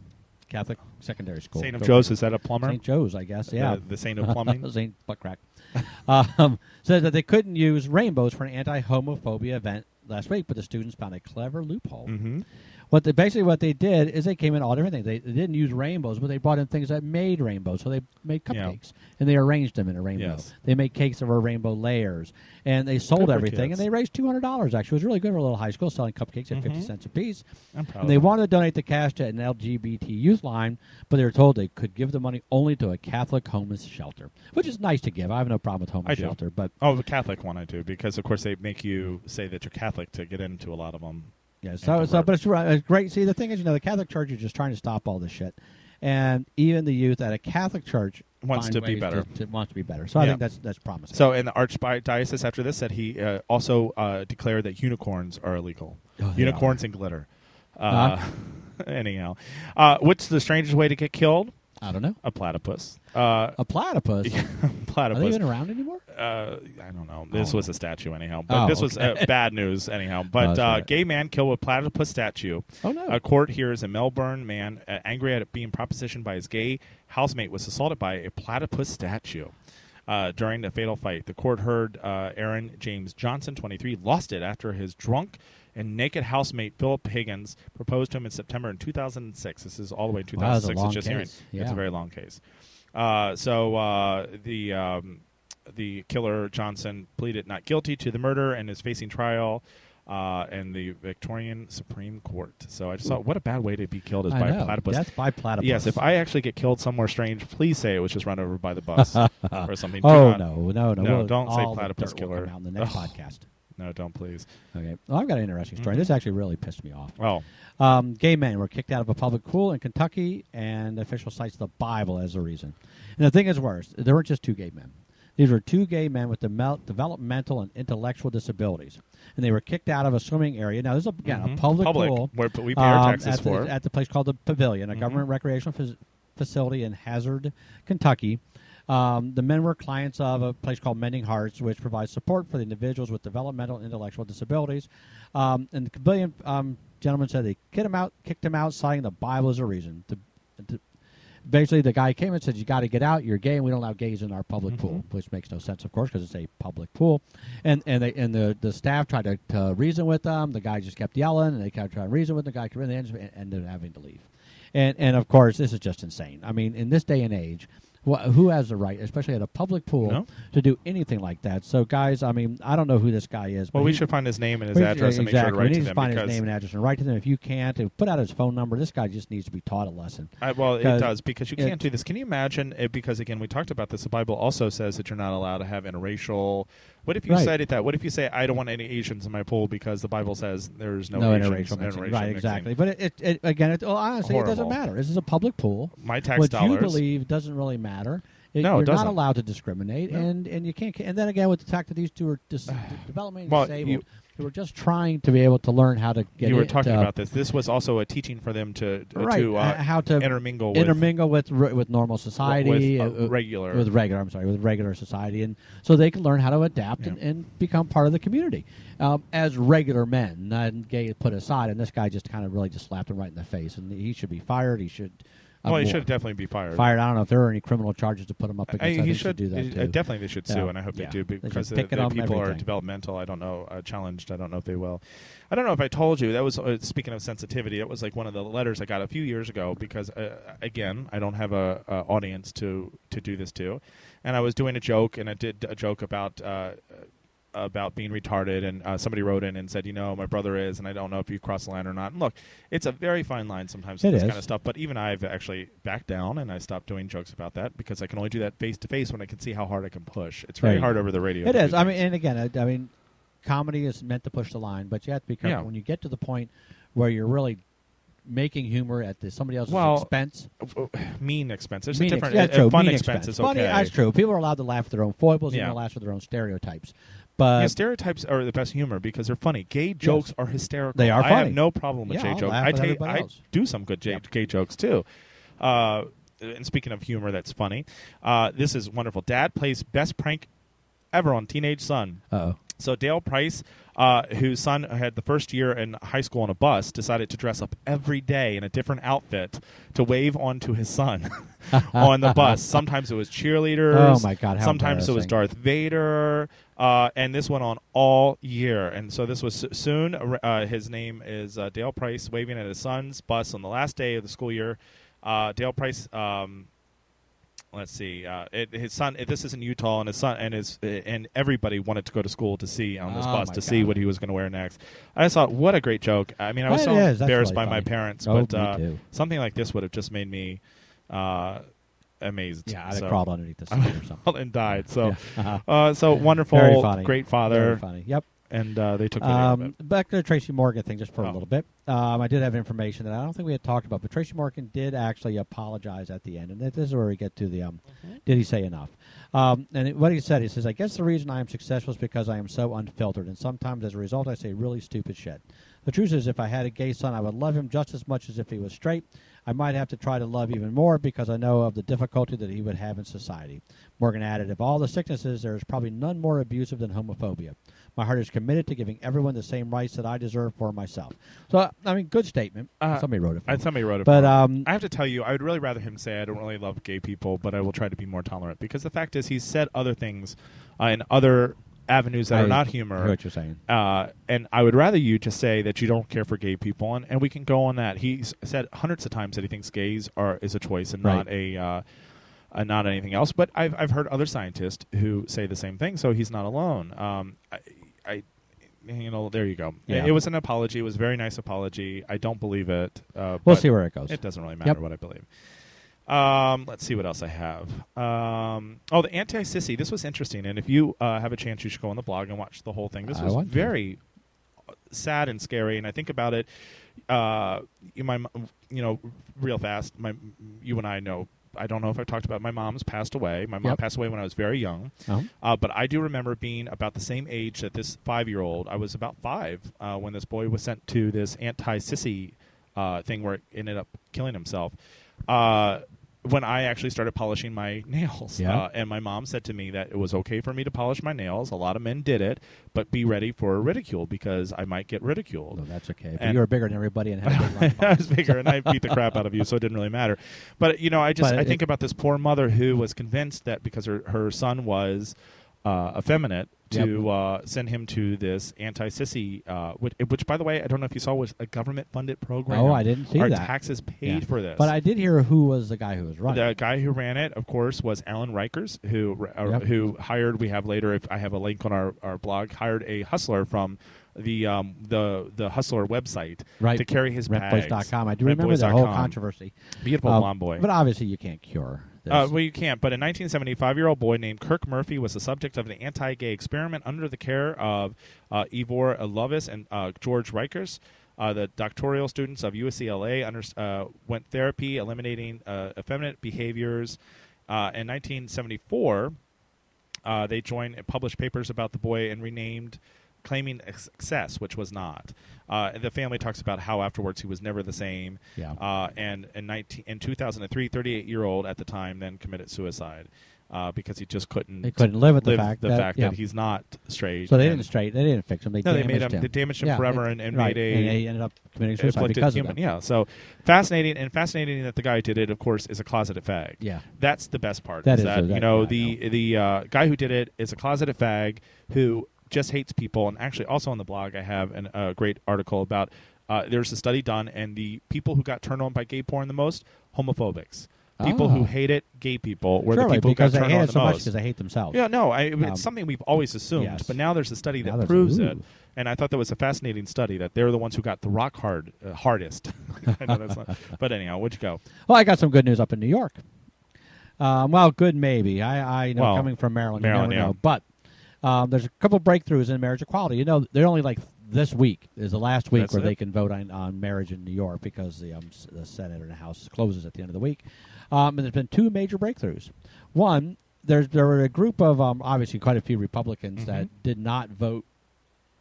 [SPEAKER 3] Catholic secondary school.
[SPEAKER 2] Saint of
[SPEAKER 3] Go-
[SPEAKER 2] Joe's is that a plumber?
[SPEAKER 3] St. Joe's, I guess.
[SPEAKER 2] The-
[SPEAKER 3] Yeah,
[SPEAKER 2] the, Saint of plumbing.
[SPEAKER 3] Saint Buttcrack um, says that they couldn't use rainbows for an anti-homophobia event last week, but the students found a clever loophole.
[SPEAKER 2] hmm
[SPEAKER 3] What they, basically what they did is they came in all different things. They, they didn't use rainbows, but they brought in things that made rainbows. So they made
[SPEAKER 2] Yeah.
[SPEAKER 3] cupcakes and they arranged them in a rainbow.
[SPEAKER 2] Yes.
[SPEAKER 3] They made cakes that were rainbow layers, and they sold
[SPEAKER 2] for
[SPEAKER 3] everything.
[SPEAKER 2] kids.
[SPEAKER 3] And they raised two hundred dollars. Actually, it was really good for a little high school selling cupcakes at fifty cents a piece.
[SPEAKER 2] Mm-hmm. I'm proud.
[SPEAKER 3] And they
[SPEAKER 2] of them.
[SPEAKER 3] wanted to donate the cash to an LGBT youth line, but they were told they could give the money only to a Catholic homeless shelter, which is nice to give. I have no problem with homeless
[SPEAKER 2] I do.
[SPEAKER 3] shelter, but
[SPEAKER 2] Oh, the Catholic one I do because of course they make you say that you're Catholic to get into a lot of them.
[SPEAKER 3] Yeah,
[SPEAKER 2] And
[SPEAKER 3] so,
[SPEAKER 2] to
[SPEAKER 3] so
[SPEAKER 2] work.
[SPEAKER 3] but it's, right- it's great. See, the thing is, you know, the Catholic Church is just trying to stop all this shit, and even the youth at a Catholic church
[SPEAKER 2] Wants
[SPEAKER 3] find
[SPEAKER 2] to be
[SPEAKER 3] ways
[SPEAKER 2] better.
[SPEAKER 3] To, to- wants to be better. So I
[SPEAKER 2] Yeah.
[SPEAKER 3] think that's that's promising.
[SPEAKER 2] So, and the archdiocese after this said he uh, also uh, declared that unicorns are illegal.
[SPEAKER 3] Oh, Uh-huh. they
[SPEAKER 2] unicorns and glitter. Uh, Anyhow, uh, what's the strangest way to get killed?
[SPEAKER 3] I don't know.
[SPEAKER 2] a platypus. Uh,
[SPEAKER 3] A platypus. Are they
[SPEAKER 2] platypus.
[SPEAKER 3] even around anymore?
[SPEAKER 2] uh, I don't know. This
[SPEAKER 3] Oh.
[SPEAKER 2] was a statue, anyhow. But
[SPEAKER 3] Oh,
[SPEAKER 2] this was uh, bad news, anyhow. But
[SPEAKER 3] that's
[SPEAKER 2] uh,
[SPEAKER 3] right.
[SPEAKER 2] gay man killed with platypus statue.
[SPEAKER 3] Oh, no.
[SPEAKER 2] A court here is a Melbourne man uh, angry at being propositioned by his gay housemate was assaulted by a platypus statue. Uh, during the fatal fight, the court heard uh, Aaron James Johnson, 23, lost it after his drunk and naked housemate Philip Higgins proposed to him in September in 2006. This is all the way in
[SPEAKER 3] Wow, that's a
[SPEAKER 2] 2006.
[SPEAKER 3] long
[SPEAKER 2] it's just hearing.
[SPEAKER 3] case.
[SPEAKER 2] It's
[SPEAKER 3] Yeah.
[SPEAKER 2] a very long case. Uh, so uh, the um, the killer Johnson pleaded not guilty to the murder and is facing trial uh, in the Victorian Supreme Court. So I just thought, what a bad way to be killed is
[SPEAKER 3] I
[SPEAKER 2] by
[SPEAKER 3] know.
[SPEAKER 2] a platypus.
[SPEAKER 3] That's by platypus.
[SPEAKER 2] Yes, if I actually get killed somewhere strange, please say it was just run over by the bus or something. Do
[SPEAKER 3] Oh
[SPEAKER 2] not-
[SPEAKER 3] no, no, no!
[SPEAKER 2] No,
[SPEAKER 3] we'll-
[SPEAKER 2] don't say
[SPEAKER 3] all the
[SPEAKER 2] platypus
[SPEAKER 3] dirt will
[SPEAKER 2] killer.
[SPEAKER 3] Come out in the next
[SPEAKER 2] Ugh. Mm-hmm.
[SPEAKER 3] podcast.
[SPEAKER 2] no, don't please.
[SPEAKER 3] Okay. Well, I've got an interesting story. This actually really pissed me off.
[SPEAKER 2] Oh,
[SPEAKER 3] Um, gay men were kicked out of a public pool in Kentucky, and official cites the Bible as the reason. And the thing is worse, there weren't just two gay men. These were two gay men with demel- developmental and intellectual disabilities, and they were kicked out of a swimming area. Now, this is again
[SPEAKER 2] Mhm.
[SPEAKER 3] a public,
[SPEAKER 2] Public,
[SPEAKER 3] pool
[SPEAKER 2] where p- we pay our
[SPEAKER 3] um,
[SPEAKER 2] taxes
[SPEAKER 3] at the-
[SPEAKER 2] for.
[SPEAKER 3] at the place called the Pavilion, a government recreational phys- facility in Hazard, Kentucky. Um, the men were clients of a place called Mending Hearts, which provides support for the individuals with developmental and intellectual disabilities. Um, and the pavilion um, gentleman said they kicked him out, kicked him out, citing the Bible as a reason. The, the, basically, the guy came and said, "You got to get out. You're gay, and we don't allow gays in our public
[SPEAKER 2] Mm-hmm.
[SPEAKER 3] pool," which makes no sense, of course, because it's a public pool. And and they and the, the staff tried to, to reason with them. The guy just kept yelling, and they kept trying to reason with the guy. Kept, and they ended up- ended up having to leave. And and of course, this is just insane. I mean, in this day and age. wh- Who has the right, especially at a public pool,
[SPEAKER 2] No.
[SPEAKER 3] to do anything like that? So, guys, I mean, I don't know who this guy is. but
[SPEAKER 2] well, we
[SPEAKER 3] he-
[SPEAKER 2] should find his name and his
[SPEAKER 3] we-
[SPEAKER 2] address and make sure to
[SPEAKER 3] exactly.
[SPEAKER 2] write
[SPEAKER 3] we need
[SPEAKER 2] to
[SPEAKER 3] to,
[SPEAKER 2] them
[SPEAKER 3] find
[SPEAKER 2] because
[SPEAKER 3] his name and address and write to them. If you can't, and put out his phone number. This guy just needs to be taught a lesson.
[SPEAKER 2] I, well, it
[SPEAKER 3] Because
[SPEAKER 2] does because you
[SPEAKER 3] it-
[SPEAKER 2] can't do this. Can you imagine? It, because again, we talked about this. The Bible also says that you're not allowed to have interracial. What if you
[SPEAKER 3] Right.
[SPEAKER 2] cited that? What if you say I don't want any Asians in my pool because the Bible says there's no,
[SPEAKER 3] no
[SPEAKER 2] Asians,
[SPEAKER 3] interracial mixing.
[SPEAKER 2] interracial
[SPEAKER 3] right?
[SPEAKER 2] mixing?
[SPEAKER 3] Exactly. But it, it, it again, it, well, honestly, it doesn't
[SPEAKER 2] Horrible.
[SPEAKER 3] matter. This is a public pool.
[SPEAKER 2] My tax
[SPEAKER 3] what you
[SPEAKER 2] dollars.
[SPEAKER 3] believe doesn't really matter. It-
[SPEAKER 2] No, it
[SPEAKER 3] you're
[SPEAKER 2] doesn't.
[SPEAKER 3] not allowed to discriminate,
[SPEAKER 2] No.
[SPEAKER 3] and and you can't. And then again, with the fact that these two are dis- developmentally
[SPEAKER 2] Well,
[SPEAKER 3] disabled,
[SPEAKER 2] you-
[SPEAKER 3] who are just trying to be able to learn how to get.
[SPEAKER 2] you were
[SPEAKER 3] it,
[SPEAKER 2] talking
[SPEAKER 3] uh,
[SPEAKER 2] about this. This was also a teaching for them to
[SPEAKER 3] right
[SPEAKER 2] to, uh,
[SPEAKER 3] how to
[SPEAKER 2] intermingle with
[SPEAKER 3] intermingle with re- with normal society
[SPEAKER 2] uh,
[SPEAKER 3] uh, uh,
[SPEAKER 2] regular-
[SPEAKER 3] with regular I'm sorry with regular society and so they can learn how to adapt and,
[SPEAKER 2] Yeah.
[SPEAKER 3] and become part of the community um, as regular men not gay put aside and this guy just kind of really just slapped him right in the face and he should be fired he should uh,
[SPEAKER 2] Well, he
[SPEAKER 3] well,
[SPEAKER 2] should definitely be fired.
[SPEAKER 3] fired I don't know if there are any criminal charges to put him up against
[SPEAKER 2] I,
[SPEAKER 3] I think
[SPEAKER 2] he should
[SPEAKER 3] do that
[SPEAKER 2] he-
[SPEAKER 3] too.
[SPEAKER 2] uh, definitely they should sue,
[SPEAKER 3] Yeah.
[SPEAKER 2] and I hope
[SPEAKER 3] Yeah.
[SPEAKER 2] they do
[SPEAKER 3] They should
[SPEAKER 2] because the,
[SPEAKER 3] pick it
[SPEAKER 2] the
[SPEAKER 3] on
[SPEAKER 2] people are
[SPEAKER 3] everything.
[SPEAKER 2] developmental. I don't know, uh, challenged. I don't know if they will. I don't know if I told you that was uh, speaking of sensitivity. That was like one of the letters I got a few years ago because uh, again I don't have a, a audience to to do this to, and I was doing a joke and I did a joke about. Uh, about being retarded, and uh, somebody wrote in and said, "You know, my brother is, and I don't know if you cross the line or not." And look, it's a very fine line sometimes with
[SPEAKER 3] It
[SPEAKER 2] this
[SPEAKER 3] is.
[SPEAKER 2] kind of stuff. But even I've actually backed down and I stopped doing jokes about that because I can only do that face to face when I can see how hard I can push. It's very
[SPEAKER 3] Right.
[SPEAKER 2] hard over the radio.
[SPEAKER 3] It
[SPEAKER 2] to
[SPEAKER 3] is.
[SPEAKER 2] do
[SPEAKER 3] I mean,
[SPEAKER 2] things.
[SPEAKER 3] and again, I, I mean, comedy is meant to push the line, but you have to be careful
[SPEAKER 2] Yeah.
[SPEAKER 3] when you get to the point where you're really making humor at the, somebody else's
[SPEAKER 2] Well,
[SPEAKER 3] expense.
[SPEAKER 2] oh, mean expense. There's
[SPEAKER 3] Mean
[SPEAKER 2] a
[SPEAKER 3] ex-
[SPEAKER 2] different
[SPEAKER 3] yeah,
[SPEAKER 2] uh,
[SPEAKER 3] true,
[SPEAKER 2] fun
[SPEAKER 3] mean
[SPEAKER 2] expense, is
[SPEAKER 3] Funny,
[SPEAKER 2] okay.
[SPEAKER 3] that's true. People are allowed to laugh at their own foibles
[SPEAKER 2] Yeah.
[SPEAKER 3] and laugh at their own stereotypes, but
[SPEAKER 2] yeah, stereotypes are the best humor because they're funny. Gay jokes are hysterical.
[SPEAKER 3] They are
[SPEAKER 2] I have
[SPEAKER 3] funny.
[SPEAKER 2] no problem with
[SPEAKER 3] Yeah,
[SPEAKER 2] gay
[SPEAKER 3] I'll
[SPEAKER 2] jokes.
[SPEAKER 3] laugh
[SPEAKER 2] I,
[SPEAKER 3] with
[SPEAKER 2] take,
[SPEAKER 3] everybody
[SPEAKER 2] I
[SPEAKER 3] else.
[SPEAKER 2] do some good gay,
[SPEAKER 3] Yeah.
[SPEAKER 2] gay jokes too. Uh, and speaking of humor, that's funny. Uh, this is wonderful. Dad plays best prank ever on teenage son.
[SPEAKER 3] oh,
[SPEAKER 2] So Dale Price, uh, whose son had the first year in high school on a bus, decided to dress up every day in a different outfit to wave onto his son on the bus. Sometimes it was cheerleaders.
[SPEAKER 3] Oh, my God, how
[SPEAKER 2] sometimes it was Darth
[SPEAKER 3] embarrassing.
[SPEAKER 2] Vader. Uh, and this went on all year. And so this was s- soon. Uh, his name is uh, Dale Price, waving at his son's bus on the last day of the school year. Uh, Dale Price. Um, let's see uh, it, his son this is in utah and his son and his and everybody wanted to go to school to see on this
[SPEAKER 3] Oh,
[SPEAKER 2] bus
[SPEAKER 3] my
[SPEAKER 2] to see
[SPEAKER 3] God.
[SPEAKER 2] what he was going to wear next i just thought what a great joke i mean i was
[SPEAKER 3] It
[SPEAKER 2] so
[SPEAKER 3] is. That's
[SPEAKER 2] embarrassed by
[SPEAKER 3] really
[SPEAKER 2] my
[SPEAKER 3] funny.
[SPEAKER 2] parents
[SPEAKER 3] Oh,
[SPEAKER 2] but
[SPEAKER 3] me
[SPEAKER 2] uh,
[SPEAKER 3] too.
[SPEAKER 2] something like this would have just made me uh, amazed
[SPEAKER 3] yeah, I'd
[SPEAKER 2] So-
[SPEAKER 3] have crawled underneath the seat or something.
[SPEAKER 2] and died so
[SPEAKER 3] Yeah.
[SPEAKER 2] uh, so
[SPEAKER 3] Very
[SPEAKER 2] wonderful
[SPEAKER 3] funny.
[SPEAKER 2] great
[SPEAKER 3] Very
[SPEAKER 2] father
[SPEAKER 3] funny. Yep.
[SPEAKER 2] and uh, they took video of
[SPEAKER 3] Um,
[SPEAKER 2] it.
[SPEAKER 3] back to the Tracy Morgan thing, just for
[SPEAKER 2] Oh.
[SPEAKER 3] a little bit. Um, I did have information that I don't think we had talked about, but Tracy Morgan did actually apologize at the end, and this is where we get to the um, did he say enough? Um, and it- what he said, he says, I guess the reason I am successful is because I am so unfiltered, and sometimes as a result, I say really stupid shit. The truth is, if I had a gay son, I would love him just as much as if he was straight. I might have to try to love even more because I know of the difficulty that he would have in society. Morgan added, Of all the sicknesses, there is probably none more abusive than homophobia. My heart is committed to giving everyone the same rights that I deserve for myself. So, I mean, good statement.
[SPEAKER 2] Uh,
[SPEAKER 3] Somebody wrote it. For
[SPEAKER 2] I,
[SPEAKER 3] me.
[SPEAKER 2] somebody wrote it,
[SPEAKER 3] But,
[SPEAKER 2] for him.
[SPEAKER 3] um,
[SPEAKER 2] I have to tell you, I would really rather him say I don't really love gay people, but I will try to be more tolerant because the fact is he's said other things uh, in other avenues that
[SPEAKER 3] I
[SPEAKER 2] are not humor.
[SPEAKER 3] hear what you're saying.
[SPEAKER 2] Uh, and I would rather you just say that you don't care for gay people, and, and we can go on that. He's said hundreds of times that he thinks gays are is a choice and not a.
[SPEAKER 3] Right.
[SPEAKER 2] Uh, uh, not anything else, but I've I've heard other scientists who say the same thing, so he's not alone. Um, I, I, you know, there you go.
[SPEAKER 3] Yeah.
[SPEAKER 2] It, was an apology. It was a very nice apology. I don't believe it. Uh,
[SPEAKER 3] We'll
[SPEAKER 2] but-
[SPEAKER 3] see where it goes.
[SPEAKER 2] it doesn't really matter
[SPEAKER 3] Yep.
[SPEAKER 2] what I believe. Um, let's see what else I have. Um, oh, the anti sissy. This was interesting, and if you uh, have a chance, you should go on the blog and watch the whole thing. This
[SPEAKER 3] I
[SPEAKER 2] was
[SPEAKER 3] want to.
[SPEAKER 2] very uh, sad and scary. And I think about it, uh, you- my, m- you know, real fast. My, you and I know. I don't know if I've talked about. It. My mom's passed away. My mom
[SPEAKER 3] Yep.
[SPEAKER 2] passed away when I was very young.
[SPEAKER 3] Uh-huh.
[SPEAKER 2] Uh, but I do remember being about the same age that this five year old. I was about five uh, when this boy was sent to this anti sissy uh, thing where it ended up killing himself. Uh, when I actually started polishing my nails.
[SPEAKER 3] Yeah.
[SPEAKER 2] Uh, and my mom said to me that it was okay for me to polish my nails. A lot of men did it, but be ready for ridicule because I might get ridiculed.
[SPEAKER 3] No, that's okay. But
[SPEAKER 2] And-
[SPEAKER 3] you were bigger than everybody and had a big
[SPEAKER 2] I
[SPEAKER 3] lunchbox.
[SPEAKER 2] was bigger, and I beat the crap out of you, so it didn't really matter. But you know, I just
[SPEAKER 3] But
[SPEAKER 2] I
[SPEAKER 3] it-
[SPEAKER 2] think about this poor mother who was convinced that because her her son was uh, effeminate to uh, send him to this anti sissy, uh, which, which by the way, I don't know if you saw was a government funded program.
[SPEAKER 3] Oh, I didn't see
[SPEAKER 2] Our
[SPEAKER 3] that.
[SPEAKER 2] taxes paid
[SPEAKER 3] Yeah.
[SPEAKER 2] for this.
[SPEAKER 3] But I did hear who was the guy who was running.
[SPEAKER 2] The guy who ran it, of course, was Alan Rikers, who uh,
[SPEAKER 3] Yep.
[SPEAKER 2] who hired. We have later. If I have a link on our, our blog, hired a hustler from the um, the the hustler website
[SPEAKER 3] Right.
[SPEAKER 2] to carry his bags.
[SPEAKER 3] Rentboys.com. I do remember that whole
[SPEAKER 2] Rentboys.com.
[SPEAKER 3] controversy.
[SPEAKER 2] Beautiful
[SPEAKER 3] Um,
[SPEAKER 2] blonde boy.
[SPEAKER 3] But obviously, you can't cure this.
[SPEAKER 2] Uh, well, you can't. But in 1975, year old boy named Kirk Murphy was the subject of an anti-gay experiment under the care of uh, Ivor Lovis and uh, George Rikers. Uh, the doctoral students of UCLA under, uh, went therapy, eliminating uh, effeminate behaviors. Uh, in 1974, uh, they joined and published papers about the boy and renamed claiming a success which was not uh, the family talks about how afterwards he was never the same
[SPEAKER 3] Yeah.
[SPEAKER 2] uh, and in, 19, in 2003 38 year old at the time then committed suicide uh, because he just couldn't
[SPEAKER 3] They couldn't live with the
[SPEAKER 2] live
[SPEAKER 3] fact that- yeah.
[SPEAKER 2] he's not straight
[SPEAKER 3] so they
[SPEAKER 2] and-
[SPEAKER 3] didn't straight. They didn't fix him. They
[SPEAKER 2] No, they
[SPEAKER 3] damaged
[SPEAKER 2] made him-
[SPEAKER 3] him.
[SPEAKER 2] they damaged him
[SPEAKER 3] Yeah,
[SPEAKER 2] forever
[SPEAKER 3] they-
[SPEAKER 2] and- and
[SPEAKER 3] right,
[SPEAKER 2] made a-
[SPEAKER 3] and they ended up committing suicide
[SPEAKER 2] afflicted
[SPEAKER 3] because
[SPEAKER 2] human.
[SPEAKER 3] of that.
[SPEAKER 2] Yeah, so fascinating and fascinating that the guy who did it, of course, is a closeted fag.
[SPEAKER 3] Yeah.
[SPEAKER 2] that's the best part. is
[SPEAKER 3] That is
[SPEAKER 2] that,
[SPEAKER 3] the- that-
[SPEAKER 2] you know
[SPEAKER 3] yeah,
[SPEAKER 2] the
[SPEAKER 3] I
[SPEAKER 2] the uh, guy who did it is a closeted fag who just hates people. And actually, also on the blog, I have an- a great article about uh, there's a study done, and the people who got turned on by gay porn the most homophobics. People
[SPEAKER 3] Ah.
[SPEAKER 2] who hate it, gay people, were
[SPEAKER 3] Surely,
[SPEAKER 2] the people who got
[SPEAKER 3] because they
[SPEAKER 2] turned
[SPEAKER 3] hate
[SPEAKER 2] on
[SPEAKER 3] it
[SPEAKER 2] the
[SPEAKER 3] so much
[SPEAKER 2] most.
[SPEAKER 3] because they hate themselves.
[SPEAKER 2] Yeah, no, I, it's
[SPEAKER 3] Um,
[SPEAKER 2] something we've always assumed,
[SPEAKER 3] yes.
[SPEAKER 2] but now there's a study
[SPEAKER 3] Now
[SPEAKER 2] that
[SPEAKER 3] there's a-
[SPEAKER 2] proves it,
[SPEAKER 3] ooh.
[SPEAKER 2] and I thought that was a fascinating study that they're the ones who got the rock hard uh, hardest. I know that's not, but anyhow, would you go?
[SPEAKER 3] Well, I got some good news up in New York. Um, well, good maybe. I, I know
[SPEAKER 2] Well,
[SPEAKER 3] coming from Maryland,
[SPEAKER 2] Maryland,
[SPEAKER 3] you never
[SPEAKER 2] yeah.
[SPEAKER 3] know. But um, there's a couple breakthroughs in marriage equality. You know, they're only like this week is the last week
[SPEAKER 2] That's
[SPEAKER 3] where
[SPEAKER 2] it.
[SPEAKER 3] they can vote on, on marriage in New York because the, um, s- the Senate and the House closes at the end of the week. Um, and there's been two major breakthroughs. One, there's there were a group of um, obviously quite a few Republicans
[SPEAKER 2] Mm-hmm.
[SPEAKER 3] that did not vote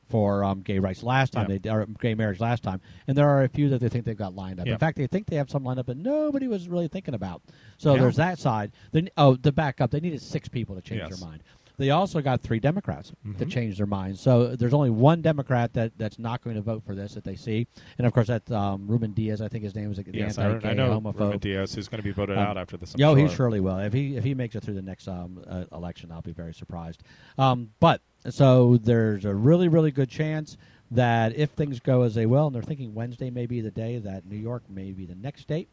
[SPEAKER 3] for um, gay rights last time
[SPEAKER 2] Yeah.
[SPEAKER 3] they did, or gay marriage last time, and there are a few that they think they've got lined up.
[SPEAKER 2] Yeah.
[SPEAKER 3] In fact, they think they have some lined up that nobody was really thinking about. So
[SPEAKER 2] Yeah.
[SPEAKER 3] there's that side. Then oh, to back up, they needed six people to change
[SPEAKER 2] Yes. Mm-hmm.
[SPEAKER 3] their mind. They also got three Democrats to change their mind. So there's only one Democrat that, that's not going to vote for this that they see, and of course that's um, Ruben Diaz. I think his name is the
[SPEAKER 2] Yes, I,
[SPEAKER 3] anti-gay
[SPEAKER 2] I know
[SPEAKER 3] homophobe.
[SPEAKER 2] Ruben Diaz who's going to be voted
[SPEAKER 3] Um,
[SPEAKER 2] out after this. I'm
[SPEAKER 3] Yo,
[SPEAKER 2] sure.
[SPEAKER 3] he surely will. If he if he makes it through the next um, uh, election, I'll be very surprised. Um, but so there's a really really good chance that if things go as they will, and they're thinking Wednesday may be the day that New York may be the next state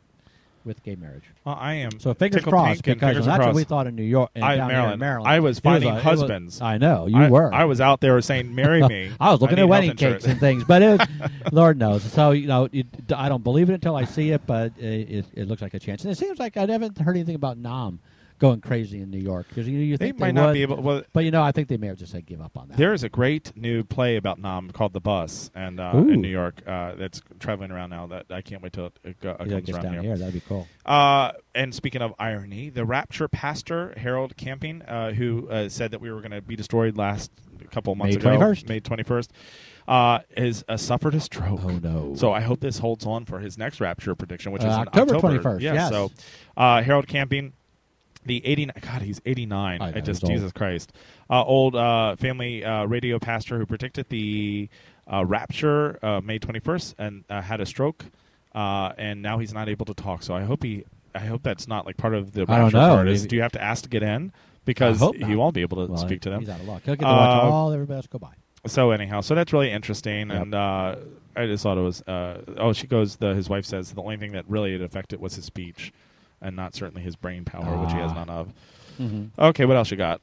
[SPEAKER 3] with gay marriage.
[SPEAKER 2] Well, I am.
[SPEAKER 3] So fingers
[SPEAKER 2] tickled
[SPEAKER 3] crossed
[SPEAKER 2] pink and
[SPEAKER 3] because
[SPEAKER 2] fingers
[SPEAKER 3] that's what
[SPEAKER 2] crossed.
[SPEAKER 3] we thought in New York and
[SPEAKER 2] I-
[SPEAKER 3] down here in
[SPEAKER 2] Maryland.
[SPEAKER 3] Maryland.
[SPEAKER 2] I was
[SPEAKER 3] It a-
[SPEAKER 2] finding
[SPEAKER 3] it was-
[SPEAKER 2] husbands.
[SPEAKER 3] I know you
[SPEAKER 2] I,
[SPEAKER 3] were.
[SPEAKER 2] I was out there saying, "Marry me."
[SPEAKER 3] I was looking
[SPEAKER 2] need
[SPEAKER 3] at
[SPEAKER 2] health
[SPEAKER 3] wedding
[SPEAKER 2] insurance.
[SPEAKER 3] cakes and things, but it was, Lord knows. So you know, you, d- I don't believe it until I see it, but it, it, it looks like a chance. And it seems like I haven't heard anything about Nam going crazy in New York because you, you
[SPEAKER 2] They
[SPEAKER 3] think
[SPEAKER 2] might not
[SPEAKER 3] would,
[SPEAKER 2] be able. Well,
[SPEAKER 3] But you know, I think they may have just said give up on that.
[SPEAKER 2] There is a great new play about Nam called The Bus, and uh,
[SPEAKER 3] Ooh.
[SPEAKER 2] in New York, uh, that's traveling around now. That I can't wait till it, go, uh,
[SPEAKER 3] yeah, it
[SPEAKER 2] comes
[SPEAKER 3] gets
[SPEAKER 2] around
[SPEAKER 3] down
[SPEAKER 2] here.
[SPEAKER 3] here. That'd be cool.
[SPEAKER 2] Uh, and speaking of irony, the Rapture pastor Harold Camping, uh, who uh, said that we were going to be destroyed last couple months
[SPEAKER 3] May
[SPEAKER 2] ago,
[SPEAKER 3] 21st.
[SPEAKER 2] May twenty first, uh, is uh, suffered a stroke.
[SPEAKER 3] Oh, no.
[SPEAKER 2] So I hope this holds on for his next Rapture prediction, which
[SPEAKER 3] Uh,
[SPEAKER 2] is in
[SPEAKER 3] October
[SPEAKER 2] October
[SPEAKER 3] 21st,
[SPEAKER 2] Yeah.
[SPEAKER 3] yes.
[SPEAKER 2] So uh, Harold Camping, the eighty nine. God, he's eighty nine.
[SPEAKER 3] I
[SPEAKER 2] I,
[SPEAKER 3] know,
[SPEAKER 2] just
[SPEAKER 3] he's old.
[SPEAKER 2] Jesus Christ. Uh, old uh, family uh, radio pastor who predicted the uh, Rapture uh, May twenty first and uh, had a stroke, uh, and now he's not able to talk. So I hope he. I hope that's not like part of the
[SPEAKER 3] I don't
[SPEAKER 2] rapture
[SPEAKER 3] know,
[SPEAKER 2] part. Is
[SPEAKER 3] maybe-
[SPEAKER 2] do you have to ask to get in? Because
[SPEAKER 3] hope
[SPEAKER 2] he
[SPEAKER 3] not.
[SPEAKER 2] won't be able to
[SPEAKER 3] Well,
[SPEAKER 2] speak to them
[SPEAKER 3] He's out of luck. He'll get to watch
[SPEAKER 2] Uh,
[SPEAKER 3] all everybody else go by.
[SPEAKER 2] so anyhow, so that's really interesting,
[SPEAKER 3] Yep.
[SPEAKER 2] and uh, I just thought it was. Uh, oh, she goes. The, his wife says the only thing that really had affected was his speech, and not certainly his brain power, which he has
[SPEAKER 3] Ah.
[SPEAKER 2] none of. Okay, what else you got?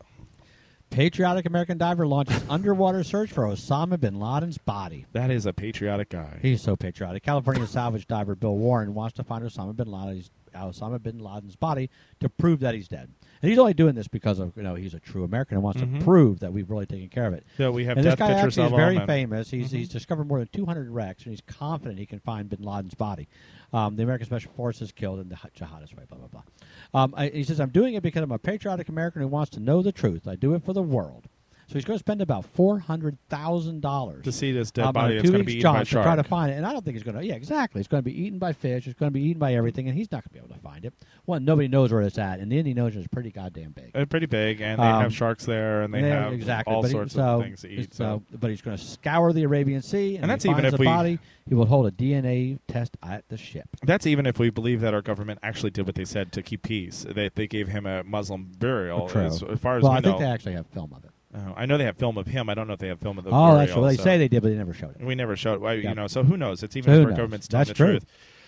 [SPEAKER 3] Patriotic American diver launches underwater search for Osama bin Laden's body.
[SPEAKER 2] That is a patriotic guy.
[SPEAKER 3] He's so patriotic. California salvage diver Bill Warren wants to find Osama bin Laden's Osama bin Laden's body to prove that he's dead. And he's only doing this because of you know he's a true American and wants
[SPEAKER 2] Mhm.
[SPEAKER 3] to prove that we've really taken care of it.
[SPEAKER 2] yeah, we have
[SPEAKER 3] and this
[SPEAKER 2] death
[SPEAKER 3] guy
[SPEAKER 2] pictures
[SPEAKER 3] actually
[SPEAKER 2] of
[SPEAKER 3] is very
[SPEAKER 2] him. and- Mm-hmm.
[SPEAKER 3] famous. He's, he's discovered more than 200 wrecks, and he's confident he can find Bin Laden's body. Um, the American Special Forces killed in the hi- jihadist way. Blah blah blah. Um, I, he says, "I'm doing it because I'm a patriotic American who wants to know the truth. I do it for the world." So he's going to spend about four hundred thousand dollars
[SPEAKER 2] To see this dead
[SPEAKER 3] um, on
[SPEAKER 2] body
[SPEAKER 3] a
[SPEAKER 2] that's going
[SPEAKER 3] two-week
[SPEAKER 2] be eaten
[SPEAKER 3] jaunt
[SPEAKER 2] by
[SPEAKER 3] to try to
[SPEAKER 2] shark.
[SPEAKER 3] find it. And I don't think he's going to. Yeah, exactly. It's going to be eaten by fish. It's going to be eaten by everything, and he's not going to be able to find it. One, nobody knows where it's at, and the Indian Ocean is pretty goddamn big.
[SPEAKER 2] They're pretty big, and they
[SPEAKER 3] Um,
[SPEAKER 2] have sharks there, and they
[SPEAKER 3] Yeah,
[SPEAKER 2] have
[SPEAKER 3] exactly.
[SPEAKER 2] all
[SPEAKER 3] but he-
[SPEAKER 2] sorts
[SPEAKER 3] so-
[SPEAKER 2] of things to eat. So,
[SPEAKER 3] but he's going to scour the Arabian Sea, and,
[SPEAKER 2] And
[SPEAKER 3] if
[SPEAKER 2] that's
[SPEAKER 3] he
[SPEAKER 2] even
[SPEAKER 3] finds
[SPEAKER 2] if
[SPEAKER 3] the
[SPEAKER 2] we-
[SPEAKER 3] body, he will hold a DNA test at the ship.
[SPEAKER 2] that's even if we believe that our government actually did what they said to keep peace. That they gave him a Muslim burial.
[SPEAKER 3] True.
[SPEAKER 2] As, as far as
[SPEAKER 3] well,
[SPEAKER 2] we
[SPEAKER 3] I
[SPEAKER 2] know,
[SPEAKER 3] think they actually have film of it.
[SPEAKER 2] Uh, I know they have film of him. I don't know if they have film of the.
[SPEAKER 3] oh, that's
[SPEAKER 2] burial,
[SPEAKER 3] true. Well, they
[SPEAKER 2] so-
[SPEAKER 3] say they did, but they never showed it.
[SPEAKER 2] We never showed. Why
[SPEAKER 3] Yeah.
[SPEAKER 2] You know, so who knows? It's even
[SPEAKER 3] So who
[SPEAKER 2] if our
[SPEAKER 3] knows?
[SPEAKER 2] government's telling
[SPEAKER 3] That's
[SPEAKER 2] the
[SPEAKER 3] true.
[SPEAKER 2] truth.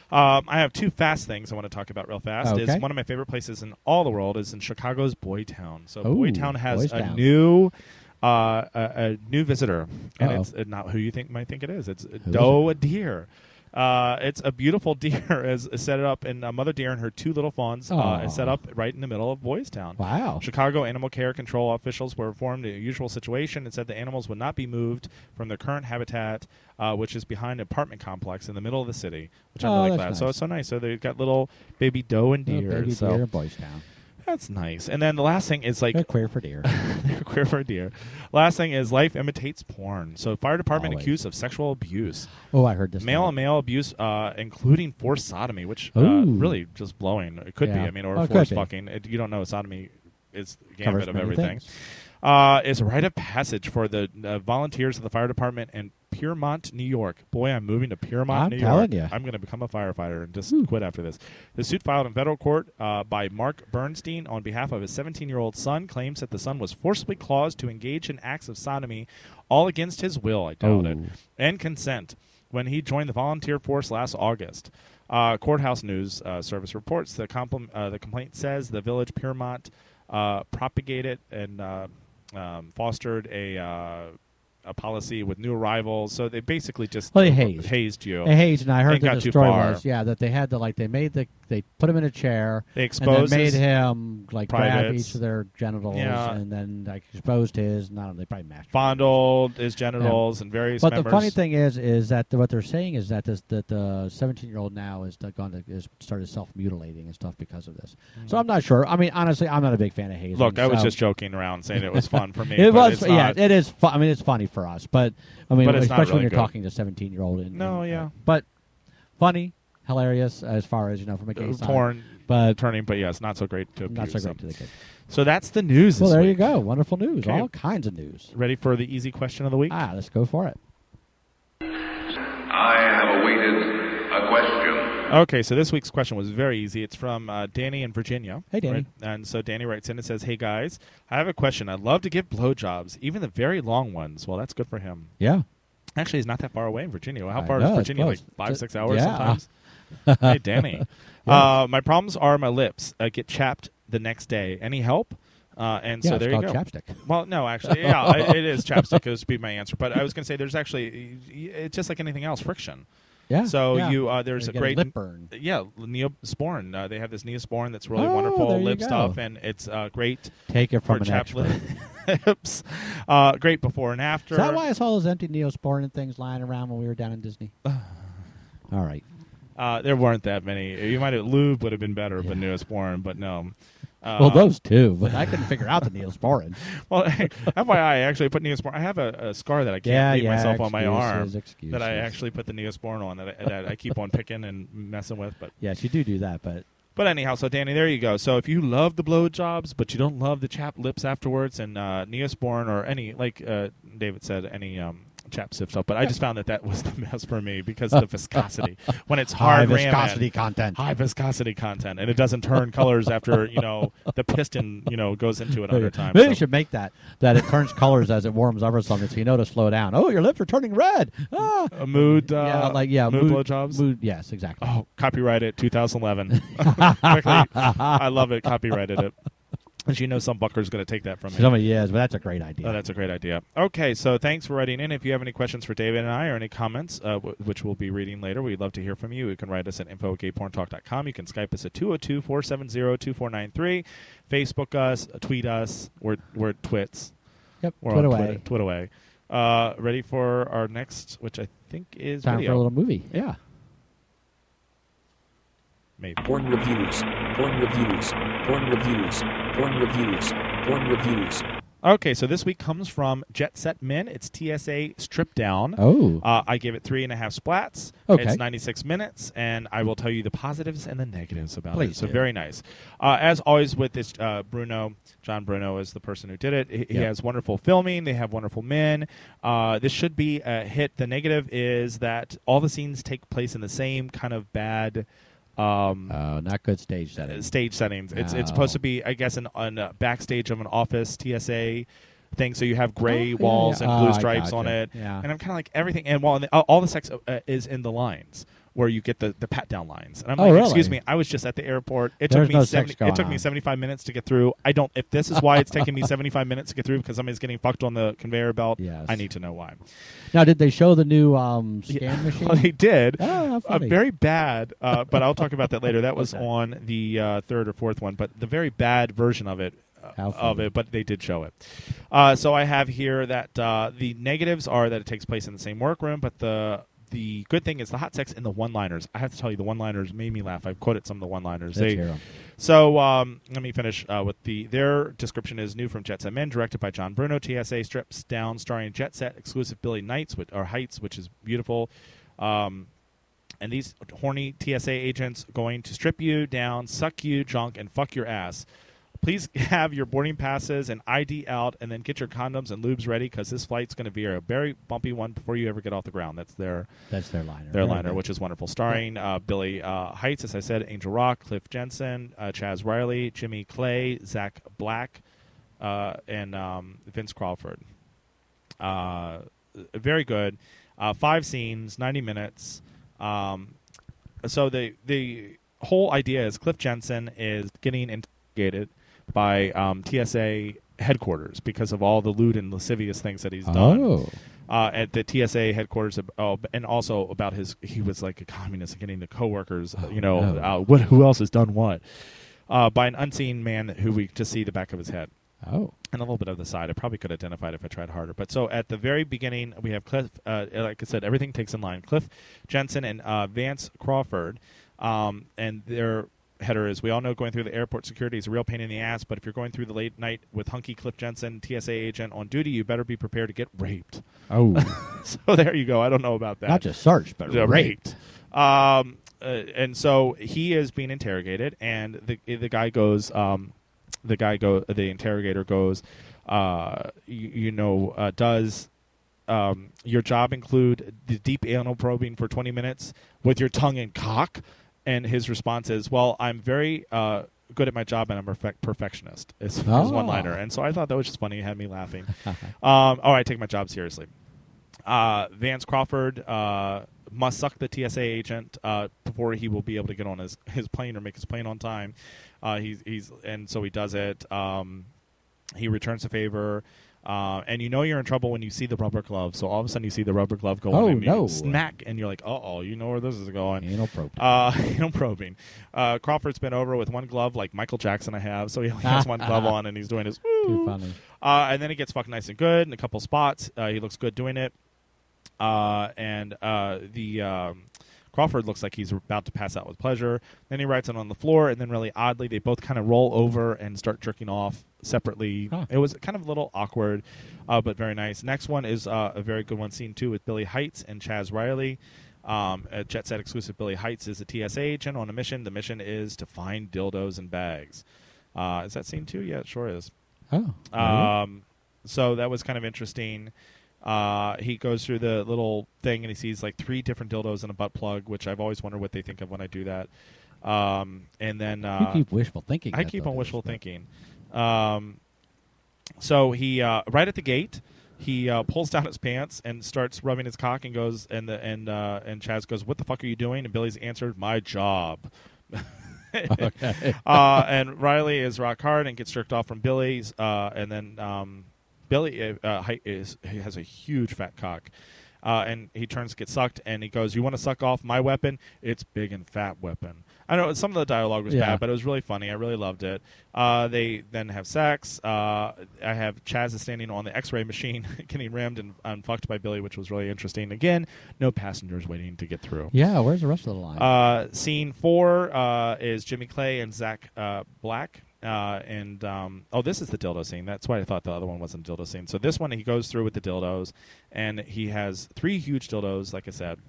[SPEAKER 2] Um, I have two fast things I want to talk about real fast.
[SPEAKER 3] Okay.
[SPEAKER 2] Is one of my favorite places in all the world is in Chicago's Boytown. So
[SPEAKER 3] Ooh,
[SPEAKER 2] Boytown has
[SPEAKER 3] Boys
[SPEAKER 2] a
[SPEAKER 3] Town.
[SPEAKER 2] new. Uh, a, a new visitor, and
[SPEAKER 3] Uh-oh.
[SPEAKER 2] it's uh, not who you think might think it is. It's
[SPEAKER 3] it?
[SPEAKER 2] doe a deer. Uh, it's a beautiful deer. Is is set up, and uh, mother deer and her two little fawns uh,
[SPEAKER 3] Aw.
[SPEAKER 2] is set up right in the middle of Boys Town.
[SPEAKER 3] Wow.
[SPEAKER 2] Chicago animal care control officials were informed of the usual situation and said the animals would not be moved from their current habitat, uh, which is behind an apartment complex in the middle of the city, which
[SPEAKER 3] Oh,
[SPEAKER 2] I really glad.
[SPEAKER 3] that's
[SPEAKER 2] So
[SPEAKER 3] nice.
[SPEAKER 2] it's so nice. So they've got little baby doe and
[SPEAKER 3] Little
[SPEAKER 2] deer.
[SPEAKER 3] baby
[SPEAKER 2] so
[SPEAKER 3] deer in Boys Town.
[SPEAKER 2] that's nice. And then the last thing is like
[SPEAKER 3] They're queer for deer.
[SPEAKER 2] they're queer for deer. Last thing is life imitates porn. So fire department
[SPEAKER 3] Always.
[SPEAKER 2] accused of sexual abuse,
[SPEAKER 3] oh, I heard this.
[SPEAKER 2] male
[SPEAKER 3] one.
[SPEAKER 2] and male abuse, uh, including forced sodomy, which uh,
[SPEAKER 3] Ooh.
[SPEAKER 2] really just blowing. It could
[SPEAKER 3] Yeah.
[SPEAKER 2] be. I mean, or
[SPEAKER 3] Oh, it could
[SPEAKER 2] forced
[SPEAKER 3] be.
[SPEAKER 2] fucking. It, you don't know sodomy. is the
[SPEAKER 3] Covers
[SPEAKER 2] gambit of
[SPEAKER 3] many
[SPEAKER 2] everything
[SPEAKER 3] things.
[SPEAKER 2] uh, is a rite of passage for the uh, volunteers of the fire department in Piermont, New York. Boy, I'm moving to Piermont,
[SPEAKER 3] I'm
[SPEAKER 2] New
[SPEAKER 3] telling
[SPEAKER 2] York.
[SPEAKER 3] ya.
[SPEAKER 2] I'm going to become a firefighter and
[SPEAKER 3] Hmm.
[SPEAKER 2] just quit after this. The suit filed in federal court uh, by Mark Bernstein on behalf of his 17 year old son claims that the son was forcibly caused to engage in acts of sodomy, all against his will. I doubt it
[SPEAKER 3] Oh.
[SPEAKER 2] and consent when he joined the volunteer force last August. Uh, Courthouse News uh, Service reports the, compl- uh, the complaint says the village Piermont uh, propagated and uh, um, fostered a, uh, a policy with new arrivals. So they basically just
[SPEAKER 3] Well, they hazed.
[SPEAKER 2] you.
[SPEAKER 3] Hey, Hayes, and I heard
[SPEAKER 2] Ain't
[SPEAKER 3] that
[SPEAKER 2] got
[SPEAKER 3] the
[SPEAKER 2] too
[SPEAKER 3] story
[SPEAKER 2] far.
[SPEAKER 3] was yeah that they had to like they made the they put him in a chair.
[SPEAKER 2] They
[SPEAKER 3] and
[SPEAKER 2] exposed
[SPEAKER 3] then made
[SPEAKER 2] his-
[SPEAKER 3] him like grab
[SPEAKER 2] privates.
[SPEAKER 3] each of their genitals
[SPEAKER 2] Yeah.
[SPEAKER 3] and then like exposed his. Not they probably masturbated.
[SPEAKER 2] fondled his genitals and various
[SPEAKER 3] But
[SPEAKER 2] members.
[SPEAKER 3] the funny thing is, is that the, what they're saying is that this that the 17 year old now is t- gone to is started self mutilating and stuff because of this. So I'm not sure. I mean, honestly, I'm not a big fan of hazing.
[SPEAKER 2] Hmm. Look, I was
[SPEAKER 3] so-
[SPEAKER 2] just joking around saying it was fun for me.
[SPEAKER 3] It
[SPEAKER 2] but
[SPEAKER 3] was,
[SPEAKER 2] it's
[SPEAKER 3] yeah,
[SPEAKER 2] not.
[SPEAKER 3] it is. Fu- I mean, it's funny for us, but I mean,
[SPEAKER 2] But it's not
[SPEAKER 3] especially when
[SPEAKER 2] really
[SPEAKER 3] you're
[SPEAKER 2] good.
[SPEAKER 3] talking to 17 year old. and-
[SPEAKER 2] No,
[SPEAKER 3] and,
[SPEAKER 2] yeah.
[SPEAKER 3] uh, but funny, hilarious as far as you know from a gay
[SPEAKER 2] Uh,
[SPEAKER 3] side,
[SPEAKER 2] porn
[SPEAKER 3] but
[SPEAKER 2] turning, but yeah, it's not so great to
[SPEAKER 3] not so
[SPEAKER 2] abuse.
[SPEAKER 3] great to the kids.
[SPEAKER 2] So that's the news.
[SPEAKER 3] Well,
[SPEAKER 2] this
[SPEAKER 3] there you
[SPEAKER 2] week.
[SPEAKER 3] go. Wonderful news.
[SPEAKER 2] Okay.
[SPEAKER 3] All kinds of news.
[SPEAKER 2] Ready for the easy question of the week?
[SPEAKER 3] Ah, let's go for it.
[SPEAKER 4] I have awaited a question.
[SPEAKER 2] Okay, so this week's question was very easy. It's from uh, Danny in Virginia.
[SPEAKER 3] Hey, Danny.
[SPEAKER 2] Right? And so Danny writes in and says, Hey, guys, I have a question. I love to give blowjobs, even the very long ones. Well, that's good for him.
[SPEAKER 3] Yeah.
[SPEAKER 2] Actually, he's not that far away in Virginia. How
[SPEAKER 3] I
[SPEAKER 2] far
[SPEAKER 3] know,
[SPEAKER 2] is
[SPEAKER 3] it's
[SPEAKER 2] Virginia? Like
[SPEAKER 3] close.
[SPEAKER 2] five,
[SPEAKER 3] Th-
[SPEAKER 2] six hours
[SPEAKER 3] yeah.
[SPEAKER 2] sometimes? hey, Danny. uh, my problems are my lips. I get chapped the next day. Any help? Uh, and
[SPEAKER 3] Yeah,
[SPEAKER 2] so
[SPEAKER 3] it's
[SPEAKER 2] there you
[SPEAKER 3] called
[SPEAKER 2] go.
[SPEAKER 3] chapstick.
[SPEAKER 2] Well, no, actually, yeah, I- it is chapstick. It would be my answer, but I was going to say there's actually it's just like anything else, friction.
[SPEAKER 3] Yeah.
[SPEAKER 2] So
[SPEAKER 3] yeah.
[SPEAKER 2] you uh, there's
[SPEAKER 3] You
[SPEAKER 2] a
[SPEAKER 3] get
[SPEAKER 2] great
[SPEAKER 3] lip burn.
[SPEAKER 2] Yeah, Neosporin. Uh, they have this Neosporin that's really
[SPEAKER 3] Oh, there
[SPEAKER 2] wonderful
[SPEAKER 3] you
[SPEAKER 2] lip
[SPEAKER 3] go.
[SPEAKER 2] stuff, and it's uh, great
[SPEAKER 3] Take it from
[SPEAKER 2] for
[SPEAKER 3] an
[SPEAKER 2] chapped
[SPEAKER 3] expert.
[SPEAKER 2] lips. uh, great before and after.
[SPEAKER 3] Is that why I saw those empty Neosporin and things lying around when we were down in Disney? All right.
[SPEAKER 2] Uh, there weren't that many. You might have lube would have been better, but
[SPEAKER 3] Yeah.
[SPEAKER 2] Neosporin, but no. Uh,
[SPEAKER 3] well, those two, but I couldn't figure out the neosporin.
[SPEAKER 2] Well, FYI, I actually put Neosporin. I have a, a scar that I can't
[SPEAKER 3] Yeah,
[SPEAKER 2] leave
[SPEAKER 3] yeah,
[SPEAKER 2] myself on my arm
[SPEAKER 3] excuses,
[SPEAKER 2] that I
[SPEAKER 3] excuses.
[SPEAKER 2] actually put the Neosporin on that I, that I keep on picking and messing with. But
[SPEAKER 3] Yes, you do do that, but
[SPEAKER 2] but anyhow, so Danny, there you go. So if you love the blowjobs, but you don't love the chapped lips afterwards, and uh, Neosporin or any like uh, David said, any um, chap sift up. But I just found that that was the best for me because of the viscosity when it's
[SPEAKER 3] high
[SPEAKER 2] hard
[SPEAKER 3] viscosity
[SPEAKER 2] ramen
[SPEAKER 3] content.
[SPEAKER 2] high viscosity content, and it doesn't turn colors after you know the piston you know goes into it under time.
[SPEAKER 3] Maybe
[SPEAKER 2] So-
[SPEAKER 3] you should make that that it turns colors as it warms up or something, so you know to slow down. Oh, your lips are turning red. Ah.
[SPEAKER 2] a mood, uh,
[SPEAKER 3] yeah, like yeah,
[SPEAKER 2] mood, blowjobs.
[SPEAKER 3] Mood, yes, exactly.
[SPEAKER 2] Oh, copyright it 2011. Quickly. I love it. Copyrighted it. As you know, some bucker's going to take that from me.
[SPEAKER 3] Some of yes, but that's a great idea.
[SPEAKER 2] Oh, that's a great idea. Okay, so thanks for writing in. If you have any questions for David and I or any comments, uh, w- which we'll be reading later, we'd love to hear from you. You can write us at info at gayporntalk.com. You can Skype us at 202 470 2493. Facebook us, tweet us. We're, we're twits.
[SPEAKER 3] yep.
[SPEAKER 2] We're
[SPEAKER 3] put
[SPEAKER 2] on
[SPEAKER 3] away.
[SPEAKER 2] Twitter. Twit away. Uh, ready for our next, which I think is
[SPEAKER 3] Time
[SPEAKER 2] video.
[SPEAKER 3] for a little movie. Yeah.
[SPEAKER 2] Maybe.
[SPEAKER 5] Porn reviews, porn reviews, porn reviews, porn reviews, porn reviews.
[SPEAKER 2] Okay, so this week comes from Jet Set Men. It's TSA Strip Down.
[SPEAKER 3] Oh.
[SPEAKER 2] Uh, I gave it three and a half splats.
[SPEAKER 3] Okay.
[SPEAKER 2] It's 96 minutes, and I will tell you the positives and the negatives about it.
[SPEAKER 3] Please
[SPEAKER 2] So
[SPEAKER 3] do.
[SPEAKER 2] very nice. Uh, as always with this, uh, Bruno, John Bruno is the person who did it. He, he
[SPEAKER 3] Yeah.
[SPEAKER 2] has wonderful filming. They have wonderful men. Uh, this should be a hit. The negative is that all the scenes take place in the same kind of bad... Um,
[SPEAKER 3] Oh, not good stage setting.
[SPEAKER 2] stage settings. It's it's
[SPEAKER 3] Oh.
[SPEAKER 2] supposed to be, I guess, an, an uh, backstage of an office TSA thing. So you have
[SPEAKER 3] Oh,
[SPEAKER 2] gray
[SPEAKER 3] yeah,
[SPEAKER 2] walls
[SPEAKER 3] yeah.
[SPEAKER 2] and
[SPEAKER 3] Oh,
[SPEAKER 2] blue
[SPEAKER 3] I
[SPEAKER 2] stripes on
[SPEAKER 3] gotcha.
[SPEAKER 2] it,
[SPEAKER 3] Yeah.
[SPEAKER 2] and I'm kind of like everything. And while the, all the sex uh, is in the lines where you get the, the pat down lines, and I'm
[SPEAKER 3] Oh,
[SPEAKER 2] like,
[SPEAKER 3] really?
[SPEAKER 2] excuse me, I was just at the airport. It
[SPEAKER 3] There's
[SPEAKER 2] took me
[SPEAKER 3] no sex
[SPEAKER 2] 70,
[SPEAKER 3] going
[SPEAKER 2] it took me
[SPEAKER 3] on.
[SPEAKER 2] 75 minutes to get through. I don't. If this is why it's taking me 75 minutes to get through because somebody's getting fucked on the conveyor belt,
[SPEAKER 3] Yes.
[SPEAKER 2] I need to know why.
[SPEAKER 3] Now, did they show the new um, scan
[SPEAKER 2] Yeah.
[SPEAKER 3] machine?
[SPEAKER 2] Well, they did.
[SPEAKER 3] Oh, how
[SPEAKER 2] uh,
[SPEAKER 3] funny.
[SPEAKER 2] very bad, uh, but I'll talk about that later. That was
[SPEAKER 3] Okay.
[SPEAKER 2] on the uh, third or fourth one, but the very bad version of it. uh,
[SPEAKER 3] How
[SPEAKER 2] Of
[SPEAKER 3] funny.
[SPEAKER 2] it, but they did show it. Uh, so I have here that uh, the negatives are that it takes place in the same workroom, but the the good thing is the hot sex and the one-liners. I have to tell you, the one-liners made me laugh. I've quoted some of the one-liners.
[SPEAKER 3] Let's
[SPEAKER 2] They-
[SPEAKER 3] hear 'em.
[SPEAKER 2] so um, let me finish uh, with the their description is new from Jet Set Men, directed by John Bruno. TSA strips down, starring Jet Set exclusive Billy Knights, which, or Heights, which is beautiful. Um, and these horny TSA agents going to strip you down, suck you junk, and fuck your ass. Please have your boarding passes and ID out, and then get your condoms and lubes ready because this flight's going to be a very bumpy one before you ever get off the ground. That's their
[SPEAKER 3] That's their liner.
[SPEAKER 2] their
[SPEAKER 3] Very
[SPEAKER 2] liner,
[SPEAKER 3] good.
[SPEAKER 2] which is wonderful. Starring uh, Billy uh, Heights, as I said, Angel Rock, Cliff Jensen, uh, Chaz Riley, Jimmy Clay, Zach Black, uh, and um, Vince Crawford. Uh, very good. Uh, five scenes, 90 minutes. Um, so the the whole idea is Cliff Jensen is getting interrogated by um, TSA headquarters because of all the lewd and lascivious things that he's done
[SPEAKER 3] Oh.
[SPEAKER 2] uh, at the TSA headquarters, ab- oh, and also about his he was like a communist, and getting the coworkers, you know,
[SPEAKER 3] no.
[SPEAKER 2] uh, what who else has done what, uh, by an unseen man who we just see the back of his head
[SPEAKER 3] Oh.
[SPEAKER 2] and a little bit of the side. I probably could identify it if I tried harder. But so at the very beginning, we have Cliff. Uh, like I said, everything takes in line. Cliff Jensen and uh, Vance Crawford, um, and their header is: We all know going through the airport security is a real pain in the ass. But if you're going through the late night with hunky Cliff Jensen, TSA agent on duty, you better be prepared to get raped.
[SPEAKER 3] Oh.
[SPEAKER 2] So there you go. I don't know about that.
[SPEAKER 3] Not just search, but
[SPEAKER 2] Uh,
[SPEAKER 3] raped.
[SPEAKER 2] Um, uh, and so he is being interrogated, and the the guy goes, um, the guy go, the interrogator goes, uh, you, you know, uh, does. Um, your job include the deep anal probing for 20 minutes with your tongue and cock and his response is well i'm very uh, good at my job and i'm a perfec- perfectionist is his
[SPEAKER 3] Oh.
[SPEAKER 2] one liner and so i thought that was just funny it had me laughing um, oh i take my job seriously uh, Vance Crawford uh, must suck the TSA agent uh, before he will be able to get on his, his plane or make his plane on time. Uh, he's he's and so he does it. Um, he returns the favor. Uh, and you know you're in trouble when you see the rubber glove. So all of a sudden you see the rubber glove go
[SPEAKER 3] Oh,
[SPEAKER 2] on and you
[SPEAKER 3] no.
[SPEAKER 2] smack, and you're like, "Uh oh, you know where this is going."
[SPEAKER 3] Anal probe.
[SPEAKER 2] Uh, anal probing. Uh, Crawford's been over with one glove, like Michael Jackson. I have, so he only has one glove on, and he's doing his.
[SPEAKER 3] Too
[SPEAKER 2] "Woo."
[SPEAKER 3] funny.
[SPEAKER 2] Uh, and then he gets fucked nice and good in a couple spots. Uh, he looks good doing it. Uh, and uh, the um, Crawford looks like he's about to pass out with pleasure. Then he writes it on the floor, and then really oddly, they both kind of roll over and start jerking off separately.
[SPEAKER 3] Huh.
[SPEAKER 2] It was kind of a little awkward, uh, but very nice. Next one is uh, a very good one, scene two with Billy Heights and Chaz Riley. Um, a Jet Set exclusive Billy Heights is a TSA agent on a mission. The mission is to find dildos and bags. Uh, is that scene two? Yeah, it sure is.
[SPEAKER 3] Oh.
[SPEAKER 2] Um, so that was kind of interesting. Uh, he goes through the little thing and he sees like three different dildos and a butt plug, which I've always wondered what they think of when I do that. Um, and then
[SPEAKER 3] you
[SPEAKER 2] uh,
[SPEAKER 3] keep wishful thinking.
[SPEAKER 2] I
[SPEAKER 3] that,
[SPEAKER 2] keep
[SPEAKER 3] though,
[SPEAKER 2] on
[SPEAKER 3] dude.
[SPEAKER 2] wishful thinking. Um, so he uh, right at the gate, he uh, pulls down his pants and starts rubbing his cock and goes and the and uh, and Chaz goes, "What the fuck are you doing?" And Billy's answered, "My job."
[SPEAKER 3] Okay.
[SPEAKER 2] uh, and Riley is rock hard and gets jerked off from Billy's, uh, and then um, Billy uh, uh, hi- is he has a huge fat cock, uh, and he turns to get sucked, and he goes, "You want to suck off my weapon? It's big and fat weapon." I know some of the dialogue was
[SPEAKER 3] Yeah.
[SPEAKER 2] bad, but it was really funny. I really loved it. Uh, they then have sex. Uh, I have Chaz is standing on the X-ray machine, getting rammed and, and fucked by Billy, which was really interesting. Again, no passengers waiting to get through.
[SPEAKER 3] yeah, where's the rest of the line?
[SPEAKER 2] Uh, scene four uh, is Jimmy Clay and Zach uh, Black. Uh, and um, oh, this is the dildo scene. That's why I thought the other one wasn't a dildo scene. So this one he goes through with the dildos, and he has three huge dildos, like I said.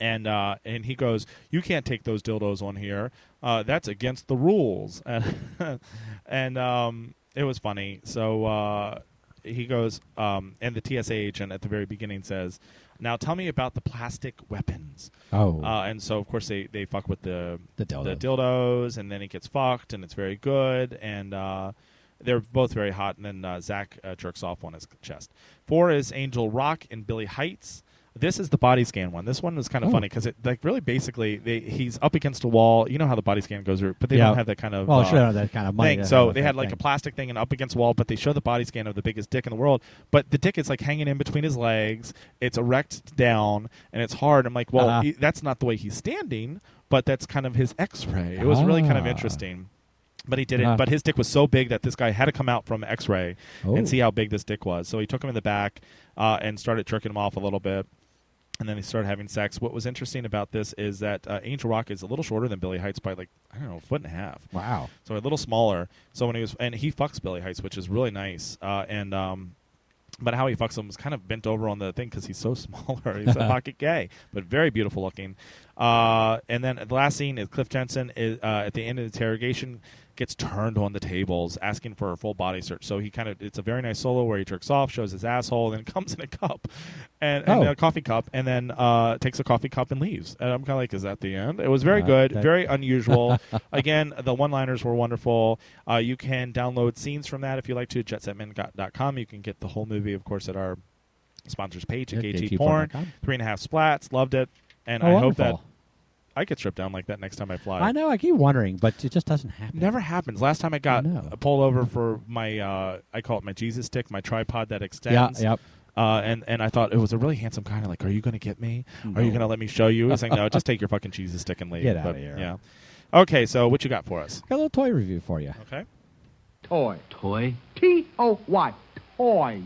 [SPEAKER 2] And uh, and he goes, you can't take those dildos on here. Uh, that's against the rules. And, and um, it was funny. So uh, he goes, um, and the TSA agent at the very beginning says, now tell me about the plastic weapons.
[SPEAKER 3] oh.
[SPEAKER 2] Uh, and so, of course, they, they fuck with the
[SPEAKER 3] The dildos.
[SPEAKER 2] dildos, and then he gets fucked, and it's very good. And uh, they're both very hot. And then uh, Zach uh, jerks off on his chest. Four is Angel Rock and Billy Heights. This is the body scan one. This one was kind of
[SPEAKER 3] Oh.
[SPEAKER 2] funny because it like really basically they, he's up against a wall. You know how the body scan goes, through, but they
[SPEAKER 3] Yeah.
[SPEAKER 2] don't have that kind of
[SPEAKER 3] well,
[SPEAKER 2] uh,
[SPEAKER 3] should have that kind of money.
[SPEAKER 2] thing.
[SPEAKER 3] to
[SPEAKER 2] So
[SPEAKER 3] have
[SPEAKER 2] they
[SPEAKER 3] that
[SPEAKER 2] had like a
[SPEAKER 3] thing.
[SPEAKER 2] plastic thing and up against the wall, but they show the body scan of the biggest dick in the world. But the dick is like hanging in between his legs. It's erect down and it's hard. I'm like, well,
[SPEAKER 3] Uh-huh.
[SPEAKER 2] he- that's not the way he's standing, but that's kind of his X-ray. It was really kind of
[SPEAKER 3] Ah.
[SPEAKER 2] interesting. But he didn't.
[SPEAKER 3] Uh-huh.
[SPEAKER 2] But his dick was so big that this guy had to come out from X-ray
[SPEAKER 3] Oh.
[SPEAKER 2] and see how big this dick was. So he took him in the back uh, and started jerking him off a little bit and then they started having sex. What was interesting about this is that uh, Angel Rock is a little shorter than Billy Heights by like I don't know a foot and a half.
[SPEAKER 3] Wow.
[SPEAKER 2] So a little smaller. So when he was and he fucks Billy Heights, which is really nice. Uh, and um, but how he fucks him is kind of bent over on the thing because he's so smaller. he's a pocket gay, but very beautiful looking. Uh, and then the last scene is Cliff Jensen is, uh, at the end of the interrogation gets turned on the tables, asking for a full body search. So he kind of it's a very nice solo where he jerks off, shows his asshole, and then comes in a cup and, and
[SPEAKER 3] Oh.
[SPEAKER 2] a coffee cup, and then uh, takes a coffee cup and leaves. And I'm kind of like, is that the end? It was very
[SPEAKER 3] Uh,
[SPEAKER 2] good,
[SPEAKER 3] that-
[SPEAKER 2] very unusual. Again, the one-liners were wonderful. Uh, you can download scenes from that if you like to jetsetmen.com. You can get the whole movie, of course, at our sponsors page at
[SPEAKER 3] Yeah,
[SPEAKER 2] KT
[SPEAKER 3] KT
[SPEAKER 2] Porn.
[SPEAKER 3] porn.com.
[SPEAKER 2] Three and a half splats. Loved it. And
[SPEAKER 3] Oh,
[SPEAKER 2] I
[SPEAKER 3] wonderful.
[SPEAKER 2] hope that I get stripped down like that next time I fly.
[SPEAKER 3] I know. I keep wondering, but it just doesn't happen.
[SPEAKER 2] Never happens. Last time I got
[SPEAKER 3] I know.
[SPEAKER 2] pulled over for my, uh, I call it my Jesus stick, my tripod that
[SPEAKER 3] Yeah.
[SPEAKER 2] extends.
[SPEAKER 3] Yep.
[SPEAKER 2] Uh, and and I thought it was a really handsome guy. And I'm like, are you going to get me? Are you
[SPEAKER 3] No.
[SPEAKER 2] going to let me show you? It's like, no, just take your fucking cheese stick and leave.
[SPEAKER 3] Get outta
[SPEAKER 2] But,
[SPEAKER 3] here.
[SPEAKER 2] Yeah. Okay, so what you got for us?
[SPEAKER 3] Got a little toy review for you.
[SPEAKER 2] Okay.
[SPEAKER 6] Toy. Toy? T O Y. Toy.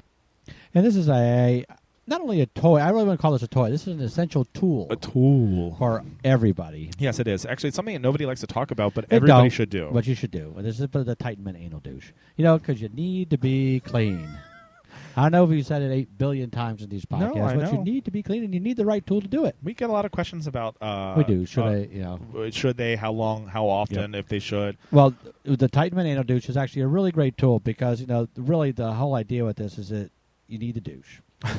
[SPEAKER 3] And this is a not only a toy. I really want to call this a toy. This is an essential tool
[SPEAKER 2] tool.
[SPEAKER 3] for everybody.
[SPEAKER 2] Yes, it is. Actually, it's something that nobody likes to talk about, but
[SPEAKER 3] They
[SPEAKER 2] everybody
[SPEAKER 3] don't,
[SPEAKER 2] should do.
[SPEAKER 3] What you should do. Well, this is for the Titan Men anal douche. You know, because you need to be clean. I know we've said it eight billion times in these podcasts,
[SPEAKER 2] I
[SPEAKER 3] but
[SPEAKER 2] know.
[SPEAKER 3] you need to be clean and you need the right tool to do it.
[SPEAKER 2] we get a lot of questions about. Uh,
[SPEAKER 3] we do. Should
[SPEAKER 2] uh,
[SPEAKER 3] I? You know.
[SPEAKER 2] w- Should they? How long? How often? If they should.
[SPEAKER 3] Well, th- the Titan Man anal douche is actually a really great tool because you know really the whole idea with this is that you need to douche.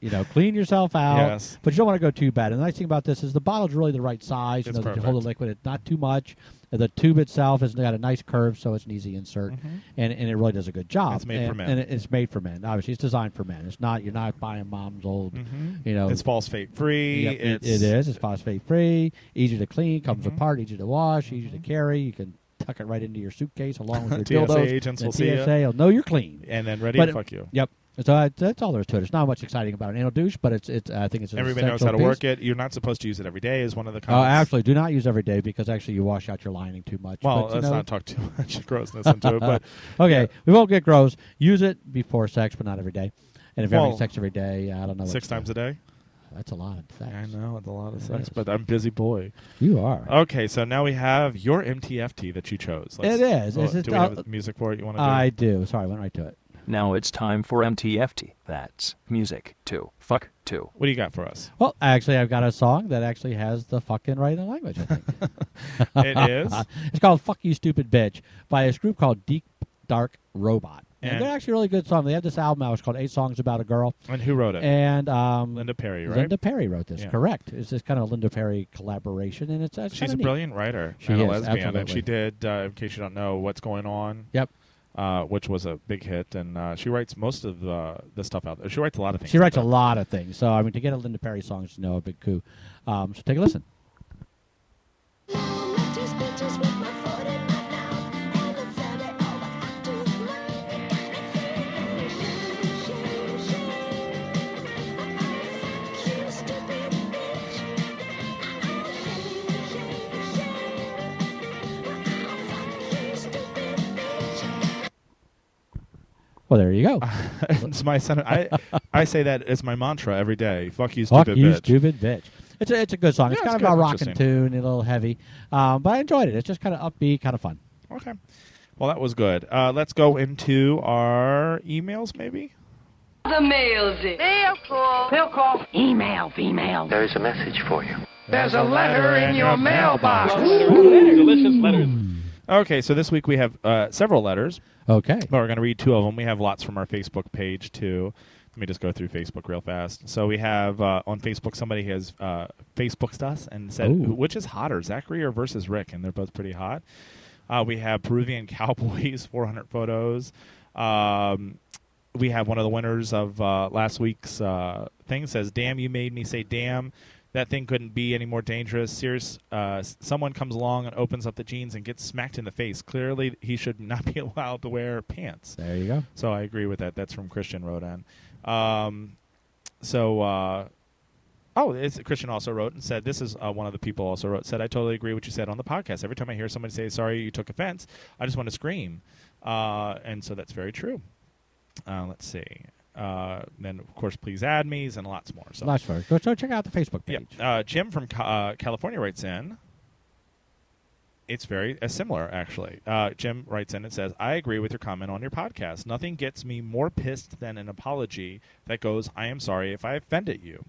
[SPEAKER 3] you know, clean yourself out,
[SPEAKER 2] Yes.
[SPEAKER 3] but you don't want to go too bad. And the nice thing about this is the bottle's really the right size. You
[SPEAKER 2] It's
[SPEAKER 3] know, that you hold
[SPEAKER 2] perfect.
[SPEAKER 3] the liquid, it's not too much. And The tube itself has got a nice curve, so it's an easy insert, and, and it really does a good job.
[SPEAKER 2] Mm-hmm. It's made for
[SPEAKER 3] and,
[SPEAKER 2] men.
[SPEAKER 3] and it- it's made for men. Obviously, it's designed for men. It's not you're not buying mom's old, you know,
[SPEAKER 2] Mm-hmm. It's false fate free.
[SPEAKER 3] Yep, it-
[SPEAKER 2] it's,
[SPEAKER 3] it is. It's phosphate free, easy to clean, comes
[SPEAKER 2] Mm-hmm.
[SPEAKER 3] apart, easy to wash, easy to carry. You can tuck it right into your suitcase along with your
[SPEAKER 2] TSA
[SPEAKER 3] dildos.
[SPEAKER 2] agents
[SPEAKER 3] The
[SPEAKER 2] will see ya.
[SPEAKER 3] TSA will know you're clean.
[SPEAKER 2] And then ready
[SPEAKER 3] But
[SPEAKER 2] to
[SPEAKER 3] it-
[SPEAKER 2] fuck you.
[SPEAKER 3] Yep. So I, that's all there is to it. It's not much exciting about an anal douche, but it's it's. I think it's an
[SPEAKER 2] Everybody knows
[SPEAKER 3] essential
[SPEAKER 2] how to
[SPEAKER 3] piece.
[SPEAKER 2] work it. You're not supposed to use it every day. Is one of the
[SPEAKER 3] Oh,
[SPEAKER 2] comments.
[SPEAKER 3] absolutely. Do not use every day because actually you wash out your lining too much.
[SPEAKER 2] Well,
[SPEAKER 3] but, you
[SPEAKER 2] let's
[SPEAKER 3] know-
[SPEAKER 2] not talk too much grossness into it, but
[SPEAKER 3] Okay, we won't get gross. Use it before sex, but not every day. And if you're
[SPEAKER 2] Well,
[SPEAKER 3] having sex every day, I don't know.
[SPEAKER 2] six times a day.
[SPEAKER 7] That's a lot of sex.
[SPEAKER 2] I know it's a lot of sex, but I'm busy boy.
[SPEAKER 7] You are.
[SPEAKER 2] Okay, so now we have your MTFT that you chose.
[SPEAKER 7] It is.
[SPEAKER 2] Oh,
[SPEAKER 7] It's
[SPEAKER 2] do
[SPEAKER 7] just-
[SPEAKER 2] we have
[SPEAKER 7] I'll-
[SPEAKER 2] music for it? You want to?
[SPEAKER 7] I do. Sorry, I went right to it.
[SPEAKER 1] Now it's time for MTFT. That's music to fuck to.
[SPEAKER 2] What do you got for us?
[SPEAKER 7] Well, actually, I've got a song that actually has the fucking right in the language. I think. Uh,
[SPEAKER 2] It is.
[SPEAKER 7] it's called "Fuck You, Stupid Bitch" by this group called Deep Dark Robot, and,
[SPEAKER 2] And-
[SPEAKER 7] they're actually a really good song. They have this album out. It's called Eight Songs About a Girl,
[SPEAKER 2] And who wrote it?
[SPEAKER 7] and um,
[SPEAKER 2] Linda Perry, right?
[SPEAKER 7] Linda Perry wrote this.
[SPEAKER 2] Yeah.
[SPEAKER 7] Correct. It's this kind of Linda Perry collaboration, and it's that's
[SPEAKER 2] She's
[SPEAKER 7] kinda
[SPEAKER 2] a
[SPEAKER 7] neat.
[SPEAKER 2] brilliant writer
[SPEAKER 7] She
[SPEAKER 2] and a
[SPEAKER 7] is,
[SPEAKER 2] lesbian, and
[SPEAKER 7] absolutely.
[SPEAKER 2] she did. Uh, in case you don't know, what's going on?
[SPEAKER 7] Yep.
[SPEAKER 2] Uh, which was a big hit, and uh, she writes most of uh, the stuff out there. She writes a lot of things.
[SPEAKER 7] She writes a
[SPEAKER 2] out there.
[SPEAKER 7] lot of things. So I mean, to get a Linda Perry song is no big coup. Um, so take a listen. Well, there you
[SPEAKER 2] Uh,
[SPEAKER 7] go.
[SPEAKER 2] it's my sen- I I say that as my mantra every day. Fuck you,
[SPEAKER 7] Fuck
[SPEAKER 2] stupid
[SPEAKER 7] you,
[SPEAKER 2] bitch.
[SPEAKER 7] stupid bitch. It's a, it's a good song. it's
[SPEAKER 2] Yeah,
[SPEAKER 7] kind
[SPEAKER 2] it's
[SPEAKER 7] of a
[SPEAKER 2] good.
[SPEAKER 7] rocking
[SPEAKER 2] Interesting.
[SPEAKER 7] tune, a little heavy, um, but I enjoyed it. It's just kind of upbeat, kind of fun.
[SPEAKER 2] Okay. Well, that was good. Uh, let's go into our emails, maybe.
[SPEAKER 8] The mail's in. Mail call. Mail call. Email, female.
[SPEAKER 9] There is a message for you.
[SPEAKER 2] There's a letter in your mailbox. Okay, so this week we have uh, several letters,
[SPEAKER 7] Okay.
[SPEAKER 2] but we're going to read two of them. We have lots from our Facebook page too. Let me just go through Facebook real fast. So we have uh, on Facebook somebody has uh, Facebooked us and said,
[SPEAKER 7] Ooh.
[SPEAKER 2] "Which is hotter, Zachary or versus Rick?" And they're both pretty hot. Uh, we have Peruvian cowboys, 400 photos. Um, we have one of the winners of uh, last week's uh, thing says, "Damn, you made me say damn." That thing couldn't be any more dangerous. Serious. Uh, s- someone comes along and opens up the jeans and gets smacked in the face. Clearly, he should not be allowed to wear pants.
[SPEAKER 7] There you go.
[SPEAKER 2] So I agree with that. That's from Christian Rodan. Um, so, uh, oh, it's, Christian also wrote and said, this is uh, one of the people also wrote, said, I totally agree with what you said on the podcast. Every time I hear somebody say, sorry, you took offense, I just want to scream. Uh, and so that's very true. Uh, let's see. Uh, then, of course, please add me's and lots more. So,
[SPEAKER 7] Last word. Go so check out the Facebook
[SPEAKER 2] yeah.
[SPEAKER 7] page.
[SPEAKER 2] Uh, Jim from Ca- uh, California writes in. It's very uh, similar, actually. Uh, Jim writes in and says, I agree with your comment on your podcast. Nothing gets me more pissed than an apology that goes, I am sorry if I offended you.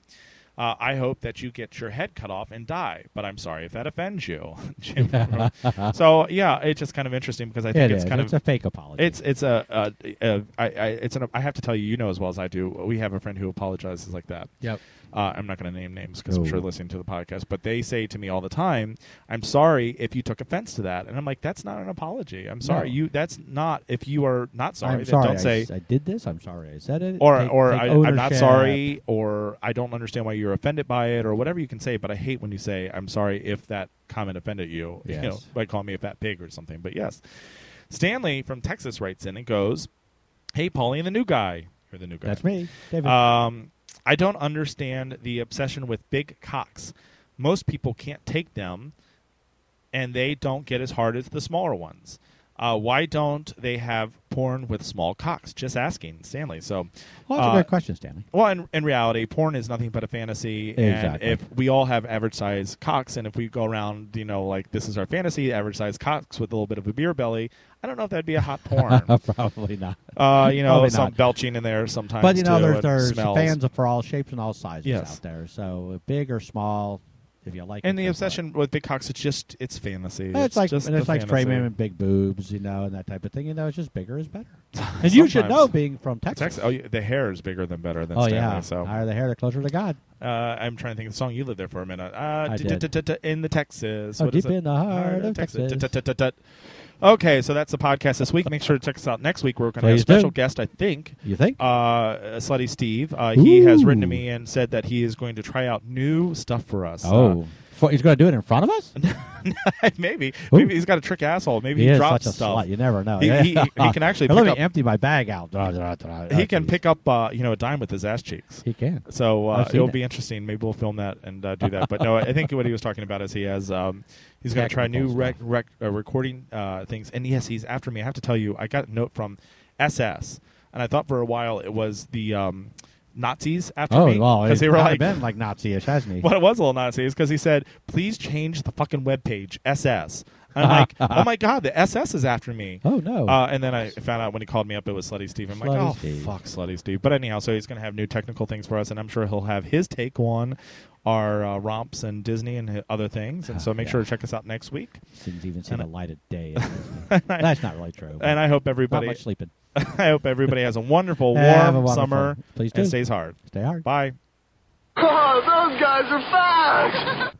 [SPEAKER 2] Uh, I hope that you get your head cut off and die, but I'm sorry if that offends you. Jim from- so, yeah, it's just kind of interesting because I think
[SPEAKER 7] It
[SPEAKER 2] it's
[SPEAKER 7] is.
[SPEAKER 2] kind
[SPEAKER 7] It's
[SPEAKER 2] of
[SPEAKER 7] a fake apology.
[SPEAKER 2] it's it's a, a, a I, I it's an I have to tell you you know as well as I do we have a friend who apologizes like that.
[SPEAKER 7] Yep.
[SPEAKER 2] Uh, I'm not going to name names because I'm
[SPEAKER 7] No.
[SPEAKER 2] sure they're listening to the podcast, but they say to me all the time, "I'm sorry if you took offense to that," and I'm like, "That's not an apology. I'm sorry.
[SPEAKER 7] No.
[SPEAKER 2] You that's not if you are not sorry.
[SPEAKER 7] I'm
[SPEAKER 2] then
[SPEAKER 7] sorry. I
[SPEAKER 2] Don't say."
[SPEAKER 7] s- I, did this. I'm sorry. I said it.
[SPEAKER 2] or,
[SPEAKER 7] Take-
[SPEAKER 2] or
[SPEAKER 7] take
[SPEAKER 2] I, I'm not
[SPEAKER 7] ownership.
[SPEAKER 2] sorry, or I don't understand why you're offended by it, or whatever you can say. But I hate when you say, "I'm sorry if that comment offended you,"
[SPEAKER 7] Yes.
[SPEAKER 2] you know, by calling me a fat pig or something. But yes, Stanley from Texas writes in and goes, "Hey, Paulie, the new guy. You're the new guy.
[SPEAKER 7] That's me, David.
[SPEAKER 2] Um, I don't understand the obsession with big cocks. Most people can't take them, and they don't get as hard as the smaller ones. Uh, why don't they have porn with small cocks? Just asking, Stanley. So,
[SPEAKER 7] well, that's
[SPEAKER 2] uh,
[SPEAKER 7] a good question, Stanley.
[SPEAKER 2] well, in, in reality, porn is nothing but a fantasy.
[SPEAKER 7] Exactly.
[SPEAKER 2] And if we all have average size cocks, and if we go around, you know, like this is our fantasy, average size cocks with a little bit of a beer belly, I don't know if that'd be a hot porn.
[SPEAKER 7] Probably not.
[SPEAKER 2] uh, you know,
[SPEAKER 7] Probably
[SPEAKER 2] some
[SPEAKER 7] not.
[SPEAKER 2] belching in there sometimes.
[SPEAKER 7] But you know,
[SPEAKER 2] too,
[SPEAKER 7] there's
[SPEAKER 2] and
[SPEAKER 7] there's
[SPEAKER 2] smells.
[SPEAKER 7] fans for all shapes and all sizes
[SPEAKER 2] Yes.
[SPEAKER 7] out there. So big or small, if you like.
[SPEAKER 2] And
[SPEAKER 7] it,
[SPEAKER 2] the
[SPEAKER 7] go for it.
[SPEAKER 2] obsession with big cocks, it's just it's fantasy.
[SPEAKER 7] And it's, like
[SPEAKER 2] just
[SPEAKER 7] and it's
[SPEAKER 2] the
[SPEAKER 7] like straight
[SPEAKER 2] fantasy.
[SPEAKER 7] men and big boobs, you know, and that type of thing. You know, it's just bigger is better. And you should
[SPEAKER 2] Sometimes.
[SPEAKER 7] know, being from Texas.
[SPEAKER 2] Texas. Oh, yeah, the hair is bigger than better than
[SPEAKER 7] oh
[SPEAKER 2] Stanley.
[SPEAKER 7] yeah,
[SPEAKER 2] So
[SPEAKER 7] higher the hair, the closer to God.
[SPEAKER 2] uh, I'm trying to think of the song you lived there for a minute. Uh,
[SPEAKER 7] I
[SPEAKER 2] d-
[SPEAKER 7] did.
[SPEAKER 2] d- d- d- in the Texas.
[SPEAKER 7] Oh,
[SPEAKER 2] What is
[SPEAKER 7] deep
[SPEAKER 2] it?
[SPEAKER 7] in the heart of Texas.
[SPEAKER 2] D- d- d- d- d- Okay, so that's the podcast this week. Make sure to check us out next week. We're going to have a
[SPEAKER 7] Please do.
[SPEAKER 2] special guest, I think.
[SPEAKER 7] You think?
[SPEAKER 2] uh, Slutty Steve. Uh, he has written to
[SPEAKER 7] Ooh.
[SPEAKER 2] me and said that he is going to try out new stuff for us.
[SPEAKER 7] oh, For- he's going to do it in front of us.
[SPEAKER 2] Uh, maybe.
[SPEAKER 7] Ooh.
[SPEAKER 2] Maybe he's got a trick asshole. Maybe
[SPEAKER 7] he
[SPEAKER 2] he,
[SPEAKER 7] is
[SPEAKER 2] drops
[SPEAKER 7] such a
[SPEAKER 2] stuff.
[SPEAKER 7] slut. You never know.
[SPEAKER 2] He-
[SPEAKER 7] Yeah.
[SPEAKER 2] he- he can actually
[SPEAKER 7] Let
[SPEAKER 2] pick
[SPEAKER 7] me
[SPEAKER 2] up-
[SPEAKER 7] empty my bag out.
[SPEAKER 2] he can pick up, uh, you know, a dime with his ass cheeks.
[SPEAKER 7] He can.
[SPEAKER 2] So uh,
[SPEAKER 7] I've seen
[SPEAKER 2] it'll
[SPEAKER 7] that.
[SPEAKER 2] be interesting. Maybe we'll film that and uh, do that. But no, I think what he was talking about is he has um, he's going to try new
[SPEAKER 7] Technical
[SPEAKER 2] rec-
[SPEAKER 7] stuff.
[SPEAKER 2] rec- uh, recording uh, things. And yes, he's after me. I have to tell you, I got a note from SS, and I thought for a while it was the um, Nazis after
[SPEAKER 3] Oh,
[SPEAKER 2] me
[SPEAKER 3] well,
[SPEAKER 2] because
[SPEAKER 3] he's
[SPEAKER 2] they were
[SPEAKER 3] kinda
[SPEAKER 2] like,
[SPEAKER 3] been like Nazi-ish, hasn't he?
[SPEAKER 2] what it was a little Nazi is because he said, "Please change the fucking webpage SS." And I'm like, "Oh my god, the SS is after me."
[SPEAKER 3] Oh, no.
[SPEAKER 2] Uh, and then I found out when he called me up, it was Slutty Steve. I'm like,
[SPEAKER 3] Slutty
[SPEAKER 2] "Oh
[SPEAKER 3] Steve.
[SPEAKER 2] fuck, Slutty Steve." But anyhow, so he's gonna have new technical things for us, and I'm sure he'll have his take on our uh, romps and Disney and hi- other things.
[SPEAKER 3] Ah,
[SPEAKER 2] And so make sure to check us out next week.
[SPEAKER 3] Didn't even see
[SPEAKER 2] And
[SPEAKER 3] the
[SPEAKER 2] I-
[SPEAKER 3] light of day. That's not really true. but
[SPEAKER 2] And I hope
[SPEAKER 3] not
[SPEAKER 2] everybody,
[SPEAKER 3] much sleeping.
[SPEAKER 2] I hope everybody has a wonderful, warm
[SPEAKER 3] Have a wonderful-
[SPEAKER 2] summer
[SPEAKER 3] Please
[SPEAKER 2] and
[SPEAKER 3] do.
[SPEAKER 2] stays hard.
[SPEAKER 3] Stay hard.
[SPEAKER 2] Bye.
[SPEAKER 4] Oh, those guys are fast!